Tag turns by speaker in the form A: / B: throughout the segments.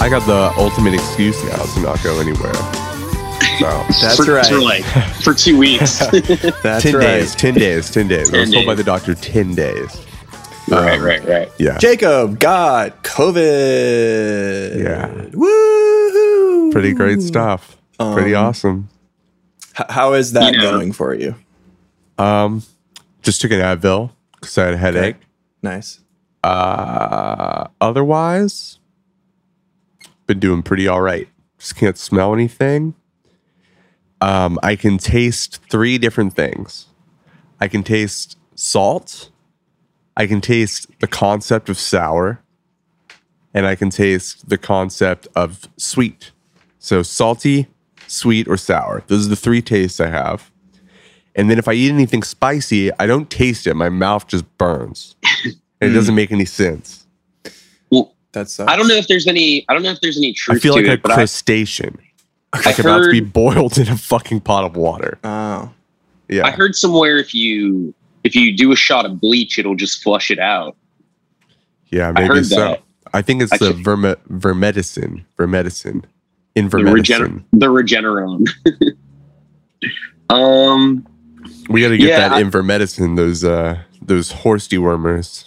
A: I got the ultimate excuse now to not go anywhere. So
B: That's
C: for,
B: right.
C: For like for two weeks.
A: that's
B: Ten
A: right.
B: days.
A: Ten days. Ten days. I was
C: 10
A: told by
C: days.
A: the doctor ten days.
C: right,
A: Um,
C: right, right.
A: Yeah.
B: Jacob got COVID.
A: Yeah.
B: Woohoo.
A: Pretty great stuff. Pretty
B: Um,
A: awesome.
B: H- how is that
C: You know.
B: going for you?
A: Um, just took an Advil because I had a headache.
B: Nice.
A: Uh, otherwise, been doing pretty all right. Just can't smell anything. Um, I can taste three different things. I can taste salt. I can taste the concept of sour, and I can taste the concept of sweet. So salty, sweet, or sour. Those are the three tastes I have. And then if I eat anything spicy, I don't taste it. My mouth just burns. And it doesn't make any sense.
C: Well,
B: That's.
C: I don't know if there's any. I don't know if there's any truth
A: I feel
C: to
A: like
C: it,
A: a
C: but I-
A: crustacean,
C: I,
A: like about to be
C: heard.
A: boiled in a fucking pot of water.
B: Oh.
A: Yeah,
C: I heard somewhere if you if you do a shot of bleach, it'll just flush it out.
A: yeah,
C: I
A: maybe
C: heard
A: so.
C: that.
A: I think it's
C: I
A: the
C: should-
A: verme- vermedicine, vermedicine, in
C: The,
A: vermedicine.
C: regen- the Regeneron. um,
A: we got to get
C: Yeah,
A: that
C: I-
A: in vermedicine. Those uh, those horse dewormers.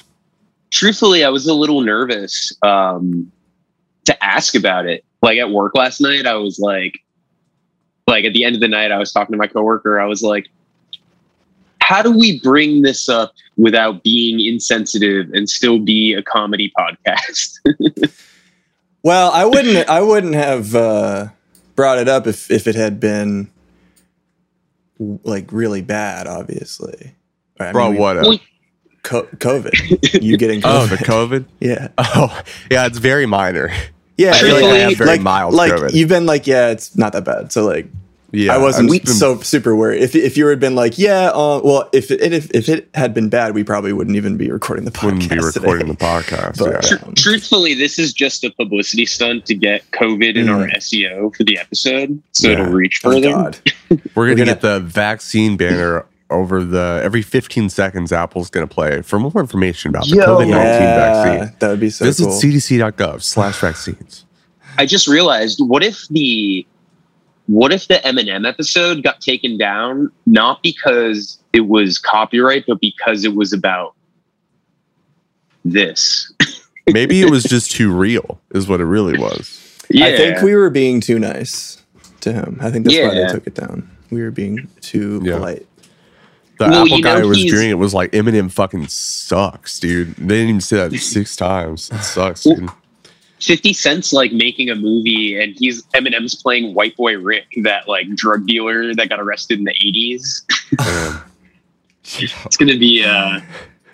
C: truthfully, I was a little nervous um, to ask about it. Like at work last night, I was like, like at the end of the night, I was talking to my coworker. I was like, how do we bring this up without being insensitive and still be a comedy podcast?
B: Well, I wouldn't. I wouldn't have uh, brought it up if if it had been w- like really bad. Obviously. Right, I
A: Bro,
B: mean, we-
A: what? Up?
C: We-
B: Co- COVID. you getting
A: oh,
B: COVID?
A: the COVID.
B: yeah.
A: Oh, yeah, it's very minor.
B: Yeah.
C: I feel like I have
A: very mild
B: like
A: COVID.
B: you've been like, yeah, it's not that bad. So like,
A: Yeah,
B: I wasn't
A: I've just
B: so super worried. If if you had been like, yeah, uh, well, if it if, if it had been bad, we probably wouldn't even be recording the podcast.
A: wouldn't be recording the
B: today.
A: podcast.
B: But-
A: yeah.
C: Tr- truthfully, this is just a publicity stunt to get COVID in our SEO for the episode, so
A: Yeah.
C: it'll reach
B: Oh,
C: further.
B: God.
A: We're gonna,
B: We're gonna-
A: get the vaccine banner over the every 15 seconds. Apple's gonna play for more information about the
C: Yo.
A: COVID 19
B: yeah,
A: vaccine.
B: that would be so
A: Visit
B: cool.
A: cdc.gov/slash vaccines.
C: I just realized what if the what if the Eminem episode got taken down not because it was copyright, but because it was about this.
A: Maybe it was just too real, is what it really was.
C: Yeah,
B: I think we were being too nice to him. I think that's why they
C: Yeah.
B: took it down. We were being too
A: Yeah.
B: polite.
A: The
C: Well,
A: Apple
C: you know,
A: guy was
C: he's-
A: doing it was like Eminem fucking sucks, dude. They didn't even say that six times. It sucks, dude.
C: Fifty Cent's like making a movie, and he's Eminem's playing White Boy Rick, that like drug dealer that got arrested in the eighties.
A: Man.
C: It's gonna be uh,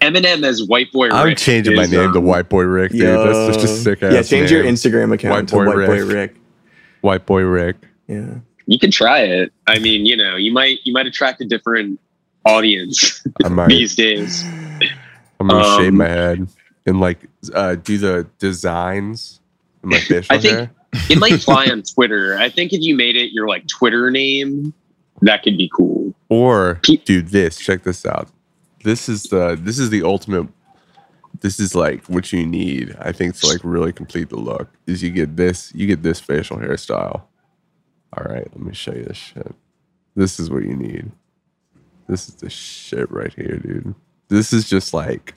C: Eminem as White Boy Rick.
A: I'm changing my
C: is,
A: name to
C: um,
A: White Boy Rick, dude. That's such a sick ass.
B: Yeah, change your
A: name.
B: Instagram account
A: White
B: to
A: Boy
B: White Boy
A: Rick.
B: Rick.
A: White Boy Rick.
B: Yeah.
C: You can try it. I mean, you know, you might you might attract a different audience
A: I might
C: these days.
A: I'm gonna shave
C: Um,
A: my head and like uh, do the designs in my facial
C: I think-
A: hair.
C: It might fly on Twitter. I think if you made it your like Twitter name, that could be cool.
A: Or
C: Pe-
A: dude, this check this out. This is the this is the ultimate. This is like what you need. I think to like really complete the look is you get this you get this facial hairstyle. All right, let me show you this shit. This is what you need. This is the shit right here, dude. This is just like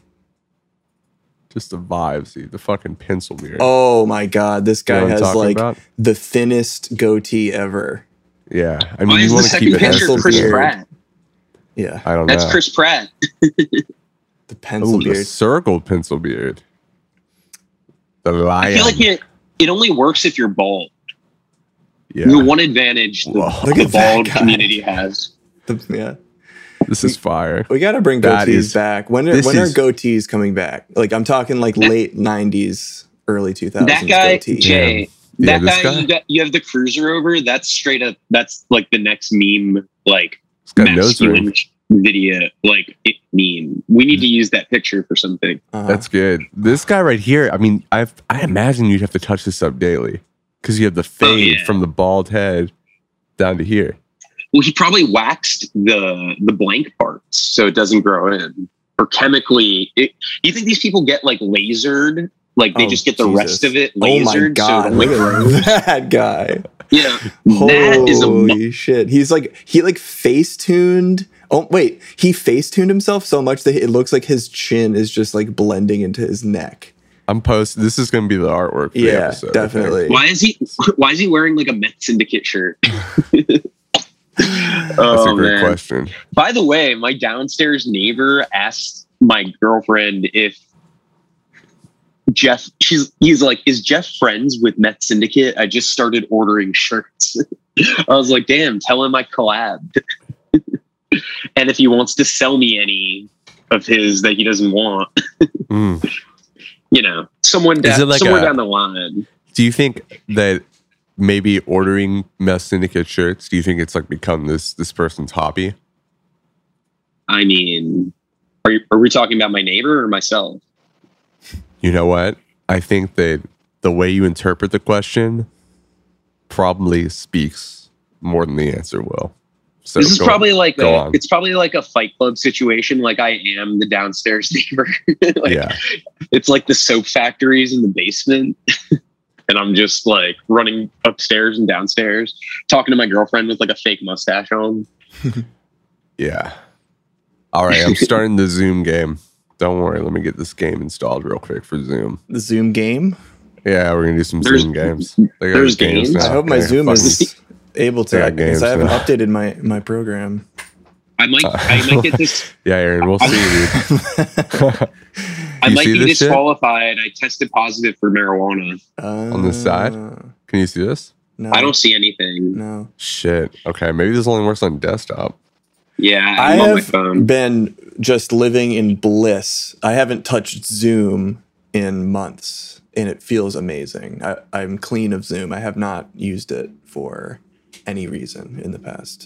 A: just the vibes, dude. The fucking pencil mirror.
B: Oh my God, this
A: You know
B: guy
A: what I'm
B: has
A: talking
B: like
A: about?
B: the thinnest goatee ever.
A: Yeah, I mean,
C: Why is
A: you
C: the
A: want to
C: second
A: keep it
C: picture
B: pencil
A: pencil
C: Chris
B: beard.
C: Pratt?
B: Yeah,
A: I don't
C: That's
A: know.
C: Chris Pratt.
B: the pencil
A: Ooh, the
B: beard.
A: circled pencil beard. The
C: I
A: lion.
C: feel like it it only works if you're bald. The
A: yeah,
C: one advantage the,
A: Whoa.
B: Look
C: the
B: at that
C: bald
B: guy.
C: community has.
B: The- yeah,
A: this is fire.
B: we got to bring
A: That
B: goatees
A: is-
B: back. When are,
A: this
B: when are
A: is-
B: goatees coming back? Like I'm talking like
C: That-
B: late '90s, early 2000s.
C: That guy,
B: goatee.
C: Jay.
A: Yeah,
C: That
A: this
C: guy,
A: guy-
C: You, got, you have the cruiser over. That's straight up. That's like the next meme. Like
A: It's got a nose
C: masculine
A: ring.
C: video like it meme. We need to use that picture for something.
B: Uh-huh.
A: That's good. This guy right here. I mean, I have I imagine you'd have to touch this up daily because you have the fade
C: Oh, yeah.
A: from the bald head down to here.
C: Well, he probably waxed the the blank parts so it doesn't grow in. Or chemically, it, you think these people get like lasered Like they
B: Oh,
C: just get the
B: Jesus.
C: rest of it
B: Oh my
C: lasered.
B: god,
C: so
B: look
C: like,
B: at that guy.
C: yeah, that is a mo-
B: Holy shit. He's like he like face tuned. Oh wait, he face tuned himself so much that it looks like his chin is just like blending into his neck.
A: I'm post. This is going to be the artwork. For the
B: Yeah,
A: episode, I think.
B: definitely.
C: why is he why is he wearing like a Meth Syndicate shirt?
A: That's
C: oh
A: a great
C: man.
A: question.
C: By the way, my downstairs neighbor asked my girlfriend if Jeff she's he's like, is Jeff friends with Meth Syndicate? I just started ordering shirts. I was like, damn, tell him I collabed. and if he wants to sell me any of his that he doesn't want,
A: Mm.
C: you know, someone down,
A: it like
C: somewhere
A: a-
C: down the line.
A: Do you think that maybe ordering Mess Syndicate shirts? Do you think it's like become this this person's hobby?
C: I mean, are, you, are we talking about my neighbor or myself?
A: You know what? I think that the way you interpret the question probably speaks more than the answer will. So
C: this is
A: go-
C: probably like
A: go
C: a,
A: on.
C: it's probably like a fight club situation like i am the downstairs neighbor like
A: yeah.
C: it's like the soap factories in the basement and i'm just like running upstairs and downstairs talking to my girlfriend with like a fake mustache on
A: Yeah. All right, I'm starting the Zoom game. Don't worry, let me get this game installed real quick for Zoom.
B: The Zoom game.
A: Yeah, we're gonna do some
C: There's-
A: Zoom games. They got
C: there's games?
A: now.
B: I hope my
A: Yeah,
B: Zoom
A: fucking-
B: is able to
A: Yeah,
B: because
A: games
B: I haven't
A: now.
B: updated my my program.
C: i might
A: Uh,
C: i might get this
A: Yeah, Aaron, we'll see, dude.
C: i
A: You
C: might
A: see
C: be
A: this shit?
C: disqualified i tested positive for marijuana
B: On
A: the side? Can you see this?
B: Uh, No.
C: i don't see anything
B: no.
A: Shit. Okay, maybe this only works on desktop.
C: yeah
B: I
C: i'm on my
B: have
C: phone
B: been just living in bliss. I haven't touched Zoom in months, and it feels amazing. I, I'm clean of Zoom. I have not used it for any reason in the past.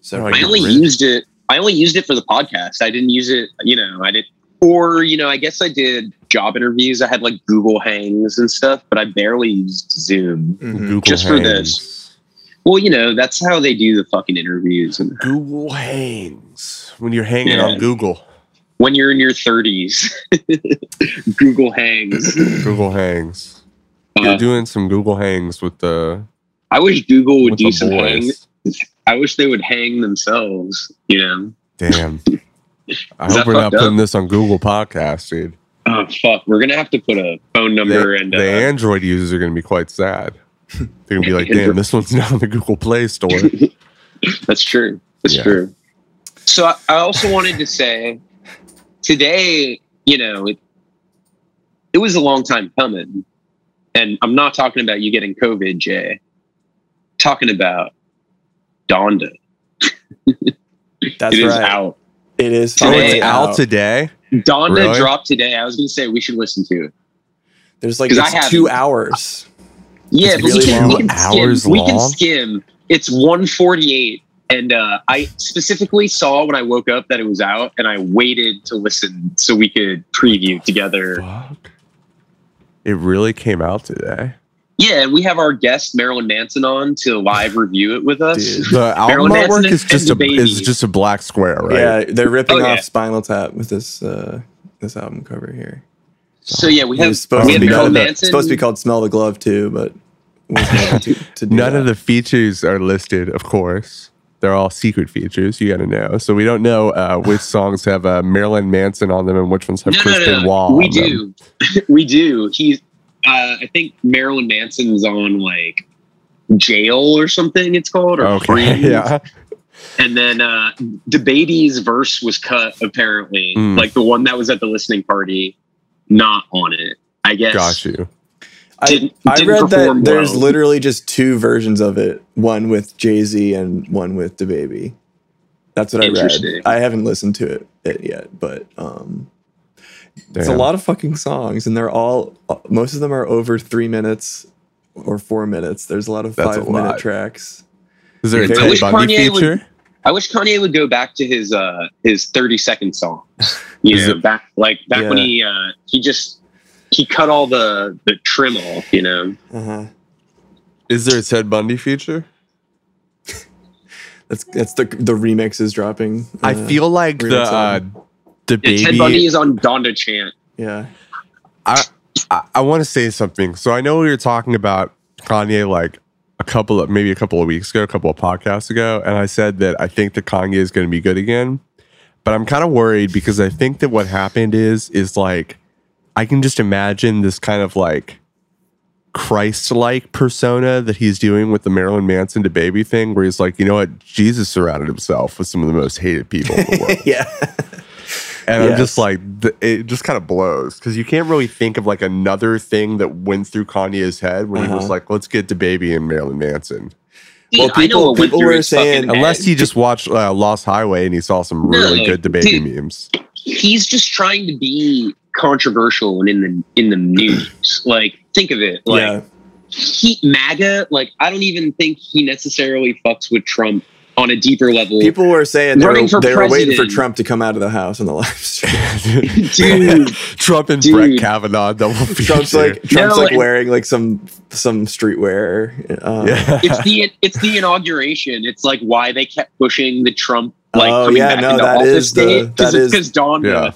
B: So
A: Right.
C: I only
A: really-
C: used it. I only used it for the podcast. I didn't use it. You know, I did, or you know, I guess I did job interviews. I had like Google Hangs and stuff, but I barely used Zoom.
B: Mhm.
A: Google
C: Mm-hmm. Just for this. Well, you know, that's how they do the fucking interviews. And
A: Google Hangs. When you're hanging
C: Yeah.
A: on Google.
C: when you're in your 30s, Google Hangs.
A: Google Hangs. You're
C: Uh,
A: doing some Google Hangs with the
C: I wish Google would
A: with
C: do
A: the
C: some hang.
A: boys.
C: I wish they would hang themselves. You know.
A: Damn. I
C: Is
A: hope
C: that
A: we're not
C: fucked up?
A: putting this on Google Podcast, dude.
C: Oh fuck! We're gonna have to put a phone number
A: the,
C: and
A: the
C: uh,
A: Android users are going to be quite sad. They're going to be like, "Damn, this one's not on the Google Play Store."
C: That's true. That's
A: Yeah.
C: true. So I, I also wanted to say today, you know, it, it was a long time coming. And I'm not talking about you getting COVID, Jay. Talking about Donda.
B: That's
C: it is
B: right.
C: out.
B: It is
A: oh,
B: finally
C: uh,
A: it's out today.
C: Donda
A: Really?
C: dropped today. I was going to say we should listen to it.
B: There's like
C: 'Cause I
B: it's
C: haven't.
B: two hours.
C: Yeah,
B: It's
C: but
B: really
C: we can, we
B: long.
C: can skim.
A: Hours
C: We can
A: long?
C: skim. It's 148. And uh, I specifically saw when I woke up that it was out, and I waited to listen so we could preview together.
A: Fuck. It really came out today.
C: Yeah, and we have our guest Marilyn Manson on to live review it with us.
B: Dude.
A: The album
C: Marilyn Manson
A: artwork is
C: and
A: just
C: the
A: a is
C: baby.
A: just a black square, right?
B: Yeah, they're ripping
C: Oh, yeah.
B: off Spinal Tap with this uh, this album cover here.
C: So yeah, we
B: It
C: have
B: was supposed
C: we
B: to
C: have
B: be
C: Marilyn
B: called the-
C: Manson.
B: supposed to be called Smell the Glove too, but was never to, to do
A: None
B: that.
A: of the features are listed, of course. They're all secret features. You got to know. So we don't know uh, which songs have uh, Marilyn Manson on them and which ones have
C: no,
A: Kristen
C: no, no,
A: Wall.
C: We
A: on them.
C: do, we do. He's uh, I think Marilyn Manson's on like jail or something. It's called or
A: Okay.
C: Free.
A: Yeah.
C: And then uh, the baby's verse was cut apparently,
B: Hmm.
A: Mm.
C: like the one that was at the listening party, not on it. I guess.
A: Got you.
C: Didn't,
B: I
C: didn't
B: read that
C: perform
B: there's
C: well.
B: literally just two versions of it, one with Jay Z and one with the baby. That's what I
C: Interesting.
B: read. I haven't listened to it, it yet, but um, it's a
A: Damn.
B: lot of fucking songs, and they're all uh, most of them are over three minutes or four minutes. There's a lot of
A: That's a
B: five minute
A: lot.
B: tracks.
A: Is there a
B: I
A: Ted
B: wish
A: Bundy
C: Kanye would-
A: feature?
C: I wish Kanye would go back to his uh his 30 second songs. You
A: Is
C: know, back like back when
B: Yeah.
C: he uh he just he cut all the the trim off, you know.
B: Uh-huh.
A: Is there a Ted Bundy feature?
B: That's that's the the remix is dropping.
A: I
B: uh,
A: feel like
B: remix
A: the uh,
B: album.
A: the
C: Yeah,
A: baby.
C: Ted Bundy is on Donda Chant.
B: yeah.
A: I, I want to say something. So I know we were talking about Kanye like a couple of maybe a couple of weeks ago, a couple of podcasts ago, and I said that I think that Kanye is going to be good again. But I'm kind of worried because I think that what happened is is like I can just imagine this kind of like Christ-like persona that he's doing with the Marilyn Manson to baby thing, where he's like, you know what, Jesus surrounded himself with some of the most hated people in the world.
B: yeah.
A: And I'm
B: Yes.
A: just like, th- it just kind of blows because you can't really think of like another thing that went through Kanye's head when he was
B: Uh-huh.
A: like, let's get to Baby and Marilyn Manson.
C: Dude,
B: Well,
C: I know
B: people-
C: what went
B: people
C: through
B: were
C: his fucking
B: saying-
C: head.
A: Unless he just watched uh, Lost Highway and he saw some
C: No,
A: really good good Baby
C: dude.
A: memes.
C: he's just trying to be controversial and in the in the news. like, think of it. Like
B: yeah.
C: he MAGA, like I don't even think he necessarily fucks with Trump on a deeper level.
B: People were saying they
C: Running
B: were,
C: for
B: they were waiting for
C: president.
B: Trump to come out of the house on the live stream.
C: Dude,
A: Trump and
C: Dude.
A: Brett Kavanaugh double feature.
B: Trump's like Trump's
C: No,
B: like
C: and-
B: wearing like some some streetwear. Uh,
A: yeah.
C: it's the it's the inauguration. It's like why they kept pushing the Trump like
B: Oh,
C: coming
B: yeah,
C: back
B: no,
C: into
B: that
C: office
B: is the-
C: date.
B: that is-
C: because Don
A: Yeah.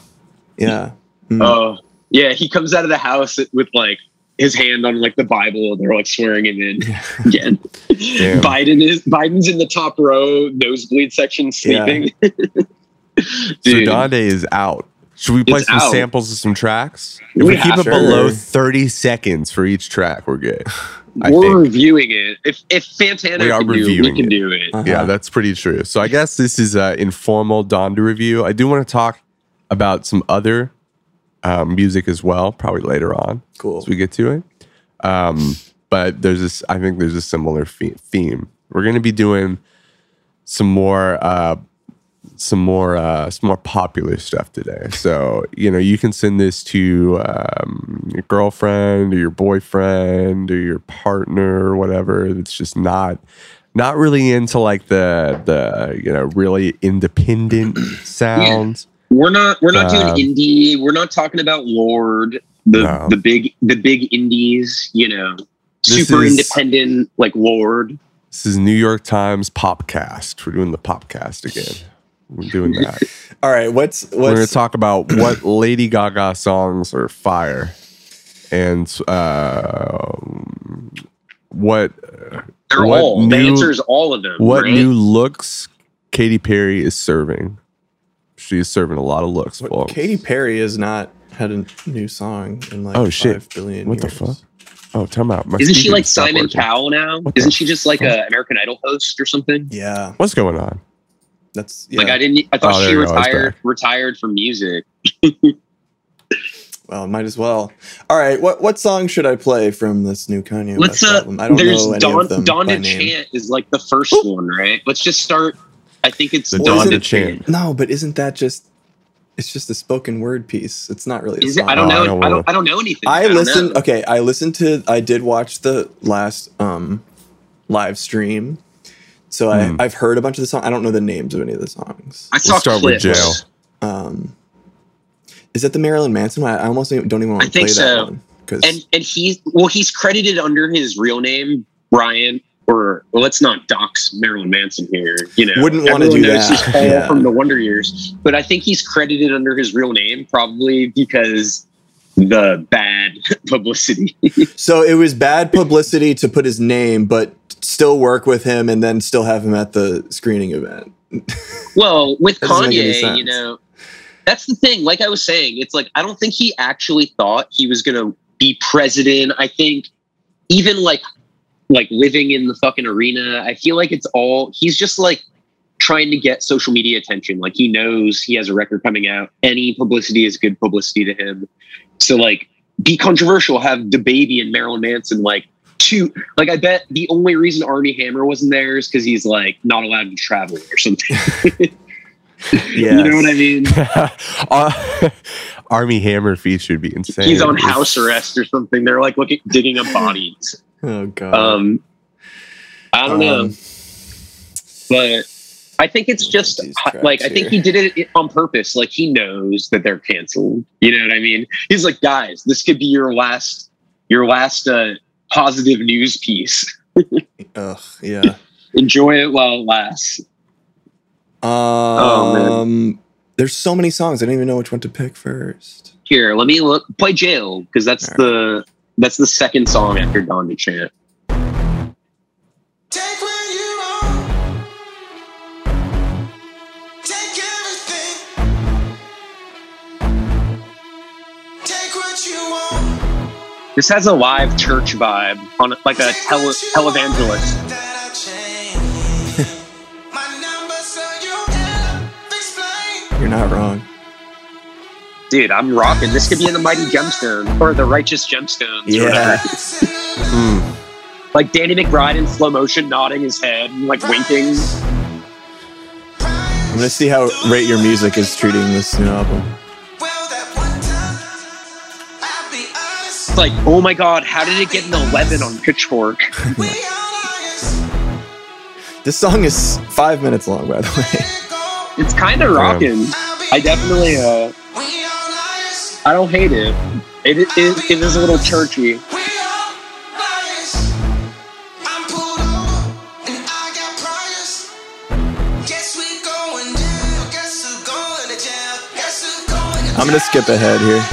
B: yeah. Mm.
C: Oh, yeah. He comes out of the house with like his hand on like the Bible, and they're like swearing him in again.
A: Damn.
C: Biden is Biden's in the top row, nosebleed section, sleeping.
A: So Donde is out. Should we play
C: It's
A: some
C: out.
A: samples of some tracks? If
C: We
A: we keep
C: have
A: it
B: to.
A: below
B: Sure.
A: 30 seconds for each track, we're good. I
C: we're
A: think.
C: reviewing it. If if Santana
A: We are
C: can do, it, we
A: reviewing
C: can
A: it.
C: do it.
B: Uh-huh.
A: Yeah, that's pretty true. So I guess this is an informal Donda review. I do want to talk about some other um, music as well, probably later on
B: cool.
A: as we get to it. Um, but there's this, I think there's a similar fe- theme. We're going to be doing some more, uh, some more, uh, some more popular stuff today. So you know, you can send this to um, your girlfriend or your boyfriend or your partner or whatever. That's just not, not really into like the the you know really independent sounds.
C: We're not we're not
A: Um,
C: doing indie. We're not talking about Lord, the
A: No.
C: the big the big indies. You know,
A: This
C: super
A: is-
C: independent like Lord.
A: This is New York Times Popcast. We're doing the Popcast again. We're doing that.
B: All right, what's
A: We're going
B: what's
A: to talk about what Lady Gaga songs are fire and uh, what
C: They're
A: What
C: all the
A: new-
C: answer is all of them.
A: what
C: right?
A: new looks Katy Perry is serving. She's serving a lot of looks.
B: what-
A: folks.
B: Katy Perry has not had a new song in like
A: Oh,
B: oh
A: shit.
B: shit billion
A: What the
B: years.
A: fuck? Oh, tell me out. My
C: Isn't she
A: speaker
C: like
A: stopped
C: Simon
A: working.
C: Cowell now?
A: What the
C: Isn't she just like a American Idol host or something?
B: Yeah,
A: What's going on?
B: that's
C: Like
B: yeah.
C: I didn't. I
A: Oh,
C: thought
A: there
C: she
A: you go, it's
C: retired
A: back.
C: retired from music.
B: well, might as well. All right, what what song should I play from this new Kanye
C: Let's
B: West
C: uh.
B: album? I don't
C: there's
B: know any
C: Don
B: of them by
C: Donda
B: name.
C: Chant is like the first one, right? Let's just start. I think it's
A: The
B: Well,
A: Donda
B: isn't-
A: chant.
B: No, but isn't that just? It's just a spoken word piece. It's not really. A
C: Is it,
B: song.
C: I don't
A: Oh, I
C: know. I
A: don't
C: don't. I don't, know anything.
B: I
C: don't
B: listened.
C: know.
B: Okay, I listened to. I did watch the last um live stream, so
A: Hmm.
B: I I've heard a bunch of the song. I don't know the names of any of the songs.
C: I saw
A: start with
C: clips.
A: jail.
B: Um, is that the Marilyn Manson one? I almost don't even- don't even want
C: I
B: to play
C: think so.
B: that one because
C: And and he's well, he's credited under his real name, Brian. Or well, let's not dox Marilyn Manson here. You know,
B: Wouldn't wanna
C: Everyone
B: do
C: knows
B: that.
C: he's Paul
B: Yeah.
C: from the Wonder Years, but I think he's credited under his real name probably because the bad publicity.
B: so it was bad publicity to put his name, but still work with him and then still have him at the screening event.
C: Well, with
B: Doesn't make any
C: Kanye,
B: sense.
C: you know, that's the thing. Like I was saying, it's like I don't think he actually thought he was gonna be president. I think even like like living in the fucking arena, I feel like it's all he's just like trying to get social media attention. Like he knows he has a record coming out. Any publicity is good publicity to him. So like be controversial, have the baby and Marilyn Manson like two like I bet the only reason Army Hammer wasn't there is because he's like not allowed to travel or something.
B: Yeah,
C: You know what I mean?
A: Uh, Army Hammer feature would be insane.
C: He's on house arrest or something. They're like looking digging up bodies.
B: Oh god.
C: Um, I don't know,
B: Um,
C: but I think it's just
B: these
C: like
B: tracks
C: I think
B: here.
C: he did it on purpose. Like he knows that they're canceled. You know what I mean? He's like, guys, this could be your last, your last uh, positive news piece.
B: Ugh. Yeah.
C: Enjoy it while it lasts.
B: Um, There's so many songs. I didn't even know which one to pick first.
C: Here, let me look. Play Jail because that's
B: All
C: the that's the second song after Dawn to Chant.
D: Take where you are. Take everything. Take what you want.
C: This has a live church vibe on like a
D: Take
C: tele-
D: what you
C: televangelist.
D: want that I change. My number so you can explain.
B: You're not wrong.
C: Dude, I'm rocking. This could be in the Mighty Gemstone or the Righteous Gemstones. or whatever.
B: Yeah.
C: Hmm.
A: Mm.
C: Like Danny McBride in slow motion nodding his head and like winking.
B: I'm gonna see how Rate Your Music is treating this new album.
D: Well, that one time, I'll be honest.
C: It's like, oh my god, how did it get an 11 on Pitchfork?
D: We are liars.
B: This song is five minutes long, by the way.
D: Let it go.
C: It's kind of rocking.
D: I'll be
C: I definitely, uh,
D: We are liars.
C: I don't hate it. It, it, it, it is a little churchy.
D: We are liars. I'm pulled over and I got priors. Guess we going down. Guess who going to jail? Guess who going to
B: I'm gonna skip ahead here.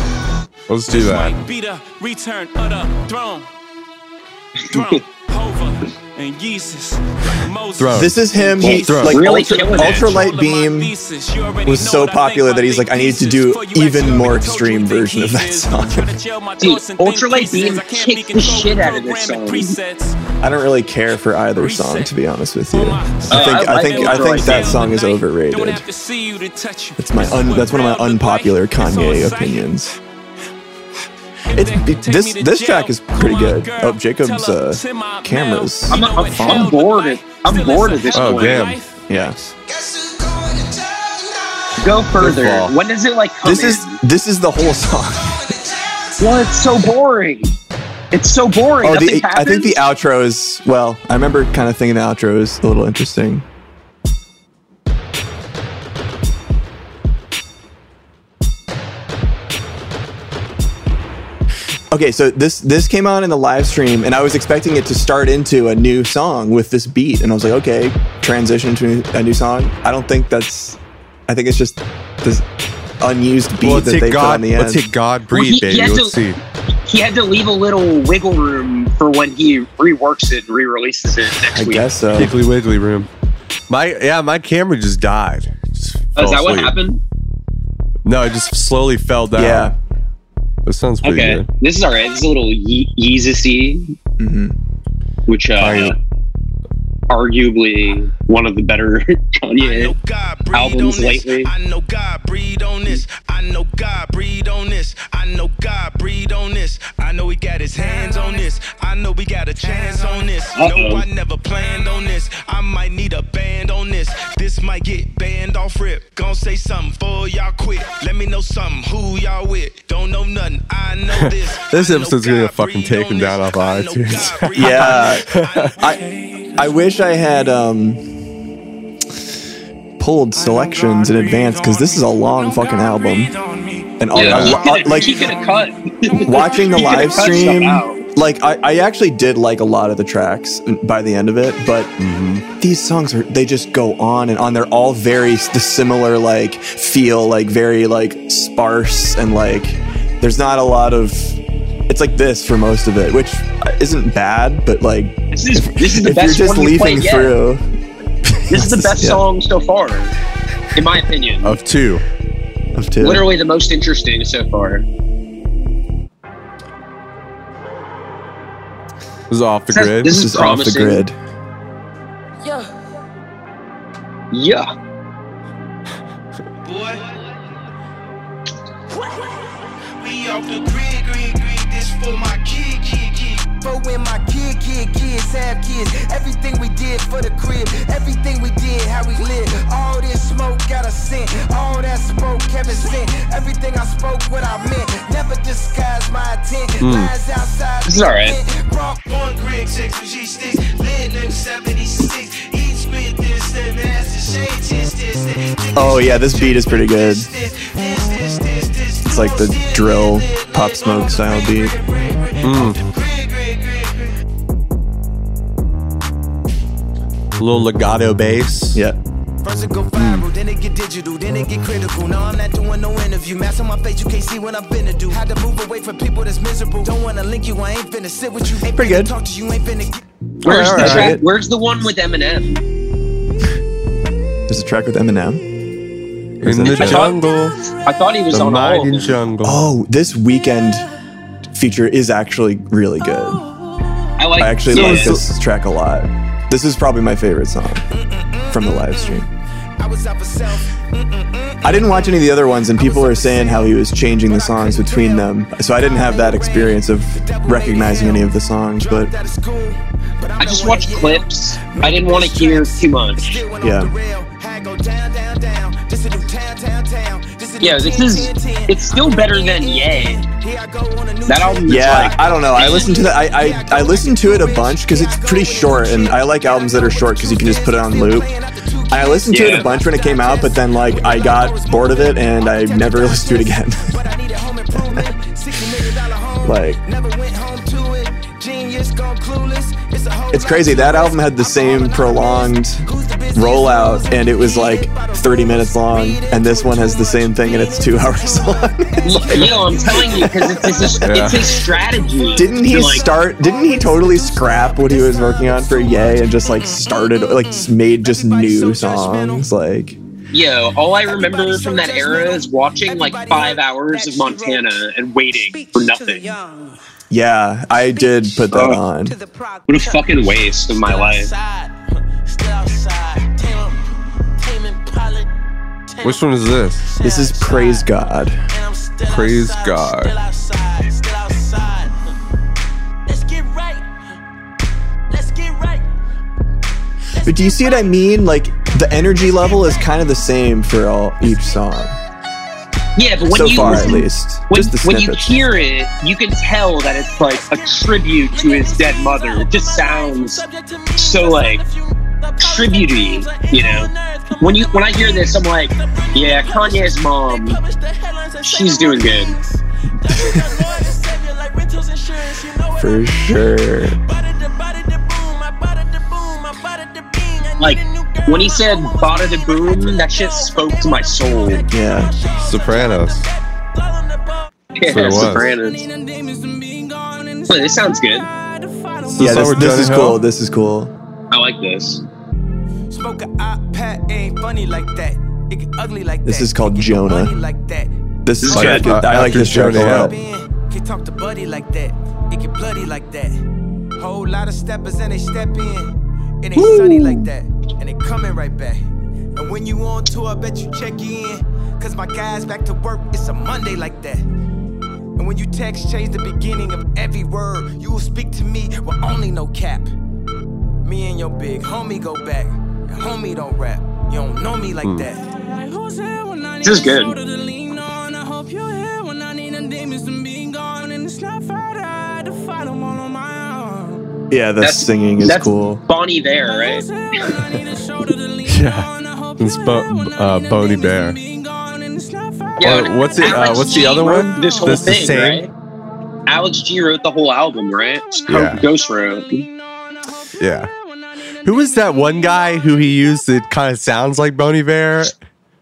A: Let's do that.
E: Might be the return of the throne. Throne, Hova, and Jesus. Moses.
A: Throne.
B: This is him. He
E: Oh. Throw.
B: like
C: Really
B: ultra,
C: killing it.
B: ultralight beam was so popular that he's like, I need to do even more extreme version of that song.
C: Dude, Ultralight Beam kicked the shit out of this song.
B: I don't really care for either song, to be honest with you. I
C: Uh,
B: think
C: I
B: I think
C: like
B: I think
C: Ultralight
B: that song is overrated.
E: That's
B: That's my un, that's one of my unpopular Kanye opinions. It's it- this this track is pretty good. Oh, Jacob's uh, cameras.
C: I'm, I'm, I'm bored. At, I'm bored at this
A: Oh,
C: point.
A: damn.
B: Yeah,
D: Guess who going to jail now?
C: Go further.
A: Good ball.
C: When does it like come
B: this is
C: in?
B: this is the whole song.
D: Going to jail.
C: Well, it's so boring. It's so boring.
B: Oh,
C: Nothing
B: the, I think the
C: happens.
B: outro is well. I remember kind of thinking the outro is a little interesting. Okay, so this this came on in the live stream, and I was expecting it to start into a new song with this beat, and I was like, okay, transition to a new song. I don't think that's. I think it's just this unused beat
A: Well, let's
B: that they
A: hit
B: put
A: God.
B: on the end.
A: Let's hit God
C: Well, he-
A: breathe,
C: he
A: baby.
C: has
A: Let's
C: to-
A: see.
C: he had to leave a little wiggle room for when he reworks it and re-releases it next
B: I
C: week.
B: guess so.
A: Piggly Wiggly room. My yeah, my camera just died. Just
C: Oh, is
A: fell
C: that what
A: asleep.
C: happened?
A: No, it just slowly fell down.
B: Yeah.
A: that sounds pretty
C: Okay,
A: good.
C: this is all right. This is a little ye- Yeezus-y,
B: hmm
C: which uh,
A: Fine.
C: arguably one of the better
F: I
C: Kanye.
F: know God breathe
C: albums
F: on this.
C: lately.
F: I know God breathe on this. I know God breathe on this. I know God breathe on this. I know he got his hands on this. I know we got a chance on this.
C: Uh-oh.
F: No, I never planned on this. I might need a band on this. This might get banned off rip. Gonna say something for y'all quit. Let me know something who y'all with. Don't know nothing. I know this.
A: This
F: I know
A: episode's gonna
F: God
A: fucking
F: breathe
A: take
F: on
A: him
F: this.
A: down off
F: I know
A: iTunes.
F: God breathe on
B: Yeah.
F: this. I know
B: I I wish I had um pulled selections in advance because this is a long fucking album. And all,
C: Yeah,
B: I-
C: he
B: I-
C: could've-
B: Uh, like
C: he could have cut.
B: watching the
C: he could've
B: live
C: cut stuff
B: stream,
C: out.
B: like I, I actually did like a lot of the tracks mm, by the end of it, but
C: Mm-hmm.
B: these songs are they just go on and on. They're all very s- the similar like feel, like very like sparse and like there's not a lot of. It's like this for most of it, which uh, isn't bad, but like
C: This is this is the
B: if
C: best
B: you're just
C: one we
B: leafing
C: played yet.
B: through.
C: This is the best
B: Yeah. Oh,
C: song so far, in my opinion.
A: Of two.
B: Of two.
C: Literally the most interesting so far.
A: This is off the
C: This-
A: grid.
C: this
B: This
C: is
B: is off the
C: promising.
B: grid.
C: Yeah.
F: boy. We off the grid, grid, grid. This for my kid, kid, kid.
D: But when my kid, kid, kids have kids, everything we did for the crib, everything we did, how we lived, all this smoke got a scent, all that spoke Kevin sent, everything I spoke, what I meant, never disguise my intent, lies outside.
C: This is all right.
D: Brought
F: One grid, six with G sticks. Lit in 76. Each with this and that's the shade. This, this, this.
B: Oh yeah, this beat is pretty good.
F: This, this, this, this, this.
B: It's like the drill pop smoke style beat. Mm.
A: little legato bass.
B: Yeah.
D: First it go viral, then it get digital, then it get critical. No, I'm not doing no interview. Mask on my face, you can't see what I'm finna do. Had to move away from people that's miserable. Don't wanna link you, I ain't finna sit with you. Ain't
B: Pretty
D: finna
B: good.
D: Talk to you, ain't finna. get-
C: Where's
B: All
C: the
B: right.
C: track? Where's the one with Eminem?
B: There's a track with Eminem. Or is
A: In
B: that
A: the
B: Drake?
A: jungle,
C: I thought he was
A: the
C: on all of
A: mighty
C: them.
A: jungle.
B: Oh, this weekend feature is actually really good.
C: I like.
B: I actually
C: yeah,
B: like this track a lot. This is probably my favorite song from the live stream.
D: I was out for self.
B: I didn't watch any of the other ones, and people are saying how he was changing the songs between them. So I didn't have that experience of recognizing any of the songs, but
D: Dropped out of school, but I'm
C: I
D: the
C: just
D: one
C: watched
D: that yelled.
C: clips. I didn't want to hear too much.
D: Still went
B: Yeah.
D: off the rail. Had go down, down, down. This a new town, town, town. This a new
C: Yeah, this
D: 10,
C: is-
D: 10, 10.
C: it's still better than Ye.
D: Here I go on a new
C: That album-
B: yeah,
C: like-
B: I don't know. I listened to that. I, I, I listened to it a bunch because it's pretty short, and I like albums that are short because you can just put it on loop. I listened to it
C: Yeah.
B: a bunch when it came out, but then like I got bored of it and I never listened to it again.
D: But I need a home improvement. Sixty million dollar home.
B: Like-
D: never went home to it. Genius gone clueless. It's a whole
B: It's crazy. That album had the same prolonged rollout and it was like 30 minutes long, and this one has the same thing and it's two hours long.
C: Yo, I'm telling you, because it's his,
A: Yeah.
C: it's his strategy.
B: didn't he
C: to, like,
B: start? Didn't he totally scrap what he was working on for Yay and just like started like s- made just new songs like.
C: Yo, all I remember from that era is watching like five hours of Montana and waiting for nothing.
B: Yeah, I did put
C: Oh.
B: that on.
C: What a fucking waste of my life.
A: Which one is this?
B: This is Praise God.
A: Praise God.
B: But do you see what I mean? Like the energy level is kind of the same for all each song.
C: Yeah, but when
B: so
C: you
B: far
C: listen,
B: at least.
C: when,
B: just the
C: when you
B: snippets.
C: hear it, you can tell that it's like a tribute to his dead mother. It just sounds so like tributey, you know. When you when I hear this, I'm like, yeah, Kanye's mom, she's doing good.
B: for sure.
C: Like when he said "bada da boom," that shit spoke to my soul. Yeah,
B: Yeah.
A: Sopranos. what it was.
C: Sopranos. But this sounds good.
A: This
B: yeah,
A: how
B: this,
A: we're
B: this
A: done,
B: is
A: huh?
B: cool. This is cool.
C: I like this.
D: Smoke a iPad, ain't funny like that. It get ugly like
B: This
D: that.
B: is called
D: It get
B: Jonah.
D: money Like that.
B: This is
A: Like,
B: track-
A: uh,
B: I like
A: after
B: this track a
A: Journey
B: lot.
A: out.
D: Man, Can talk to buddy like that. It get bloody like that. Whole lot of steppers and they step in. It ain't sunny like that. And they coming right back. And when you on tour, I bet you check in. Cause my guys back to work, it's a Monday like that. And when you text, change the beginning of every word. You will speak to me with only no cap. Me and your big homie go back. And homie don't rap. You don't know me like that.
C: Hmm. This is good.
B: Yeah, the singing is
C: that's
B: cool.
C: Bonnie there, right?
A: Yeah. It's Bo- uh, Boney Bear.
C: Yeah,
A: Or what's it- uh,
C: Alex
A: what's the
C: G
A: other
C: wrote
A: one?
C: This whole
A: That's the
C: thing,
A: same?
C: right? Alex G wrote the whole album, right?
A: Yeah.
C: Or Ghost wrote.
A: Yeah. Who was that one guy who he used that kind of sounds like Boney Bear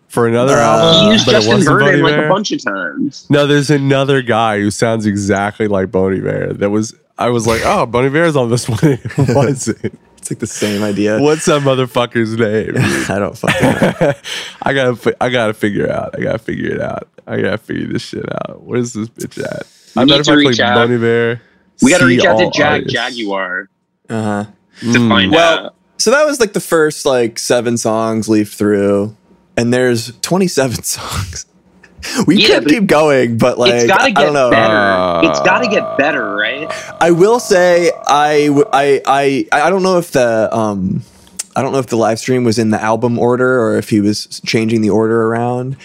A: for another
B: Uh,
A: album?
C: He used
A: but it
C: Justin
A: wasn't Bon
C: Vernon like
A: Iver?
C: a bunch of times.
A: No, there's another guy who sounds exactly like Boney Bear. That was I was like, oh, Boney Bear's on this one. It wasn't.
B: It's like the same idea.
A: What's that motherfucker's name?
B: I don't fucking know.
A: I gotta, fi- I gotta figure out. I gotta figure it out. I gotta figure this shit out. Where's this bitch at? I
C: need
A: better
C: to
A: fucking
C: reach out.
A: Boney Bear.
C: We got to
A: see
C: reach out to
A: all
C: Jag
A: artists. Mm.
C: Jaguar
B: Uh-huh.
C: to find out.
B: So that was like the first like seven songs leaf through, and there's 27 songs. We
C: Yeah,
B: could
C: but
B: keep going, but like
C: it's got
B: I
C: to get
B: don't know.
C: better.
A: Uh,
C: it's got to get better, right?
B: I will say I w- I I I don't know if the um I don't know if the live stream was in the album order or if he was changing the order around.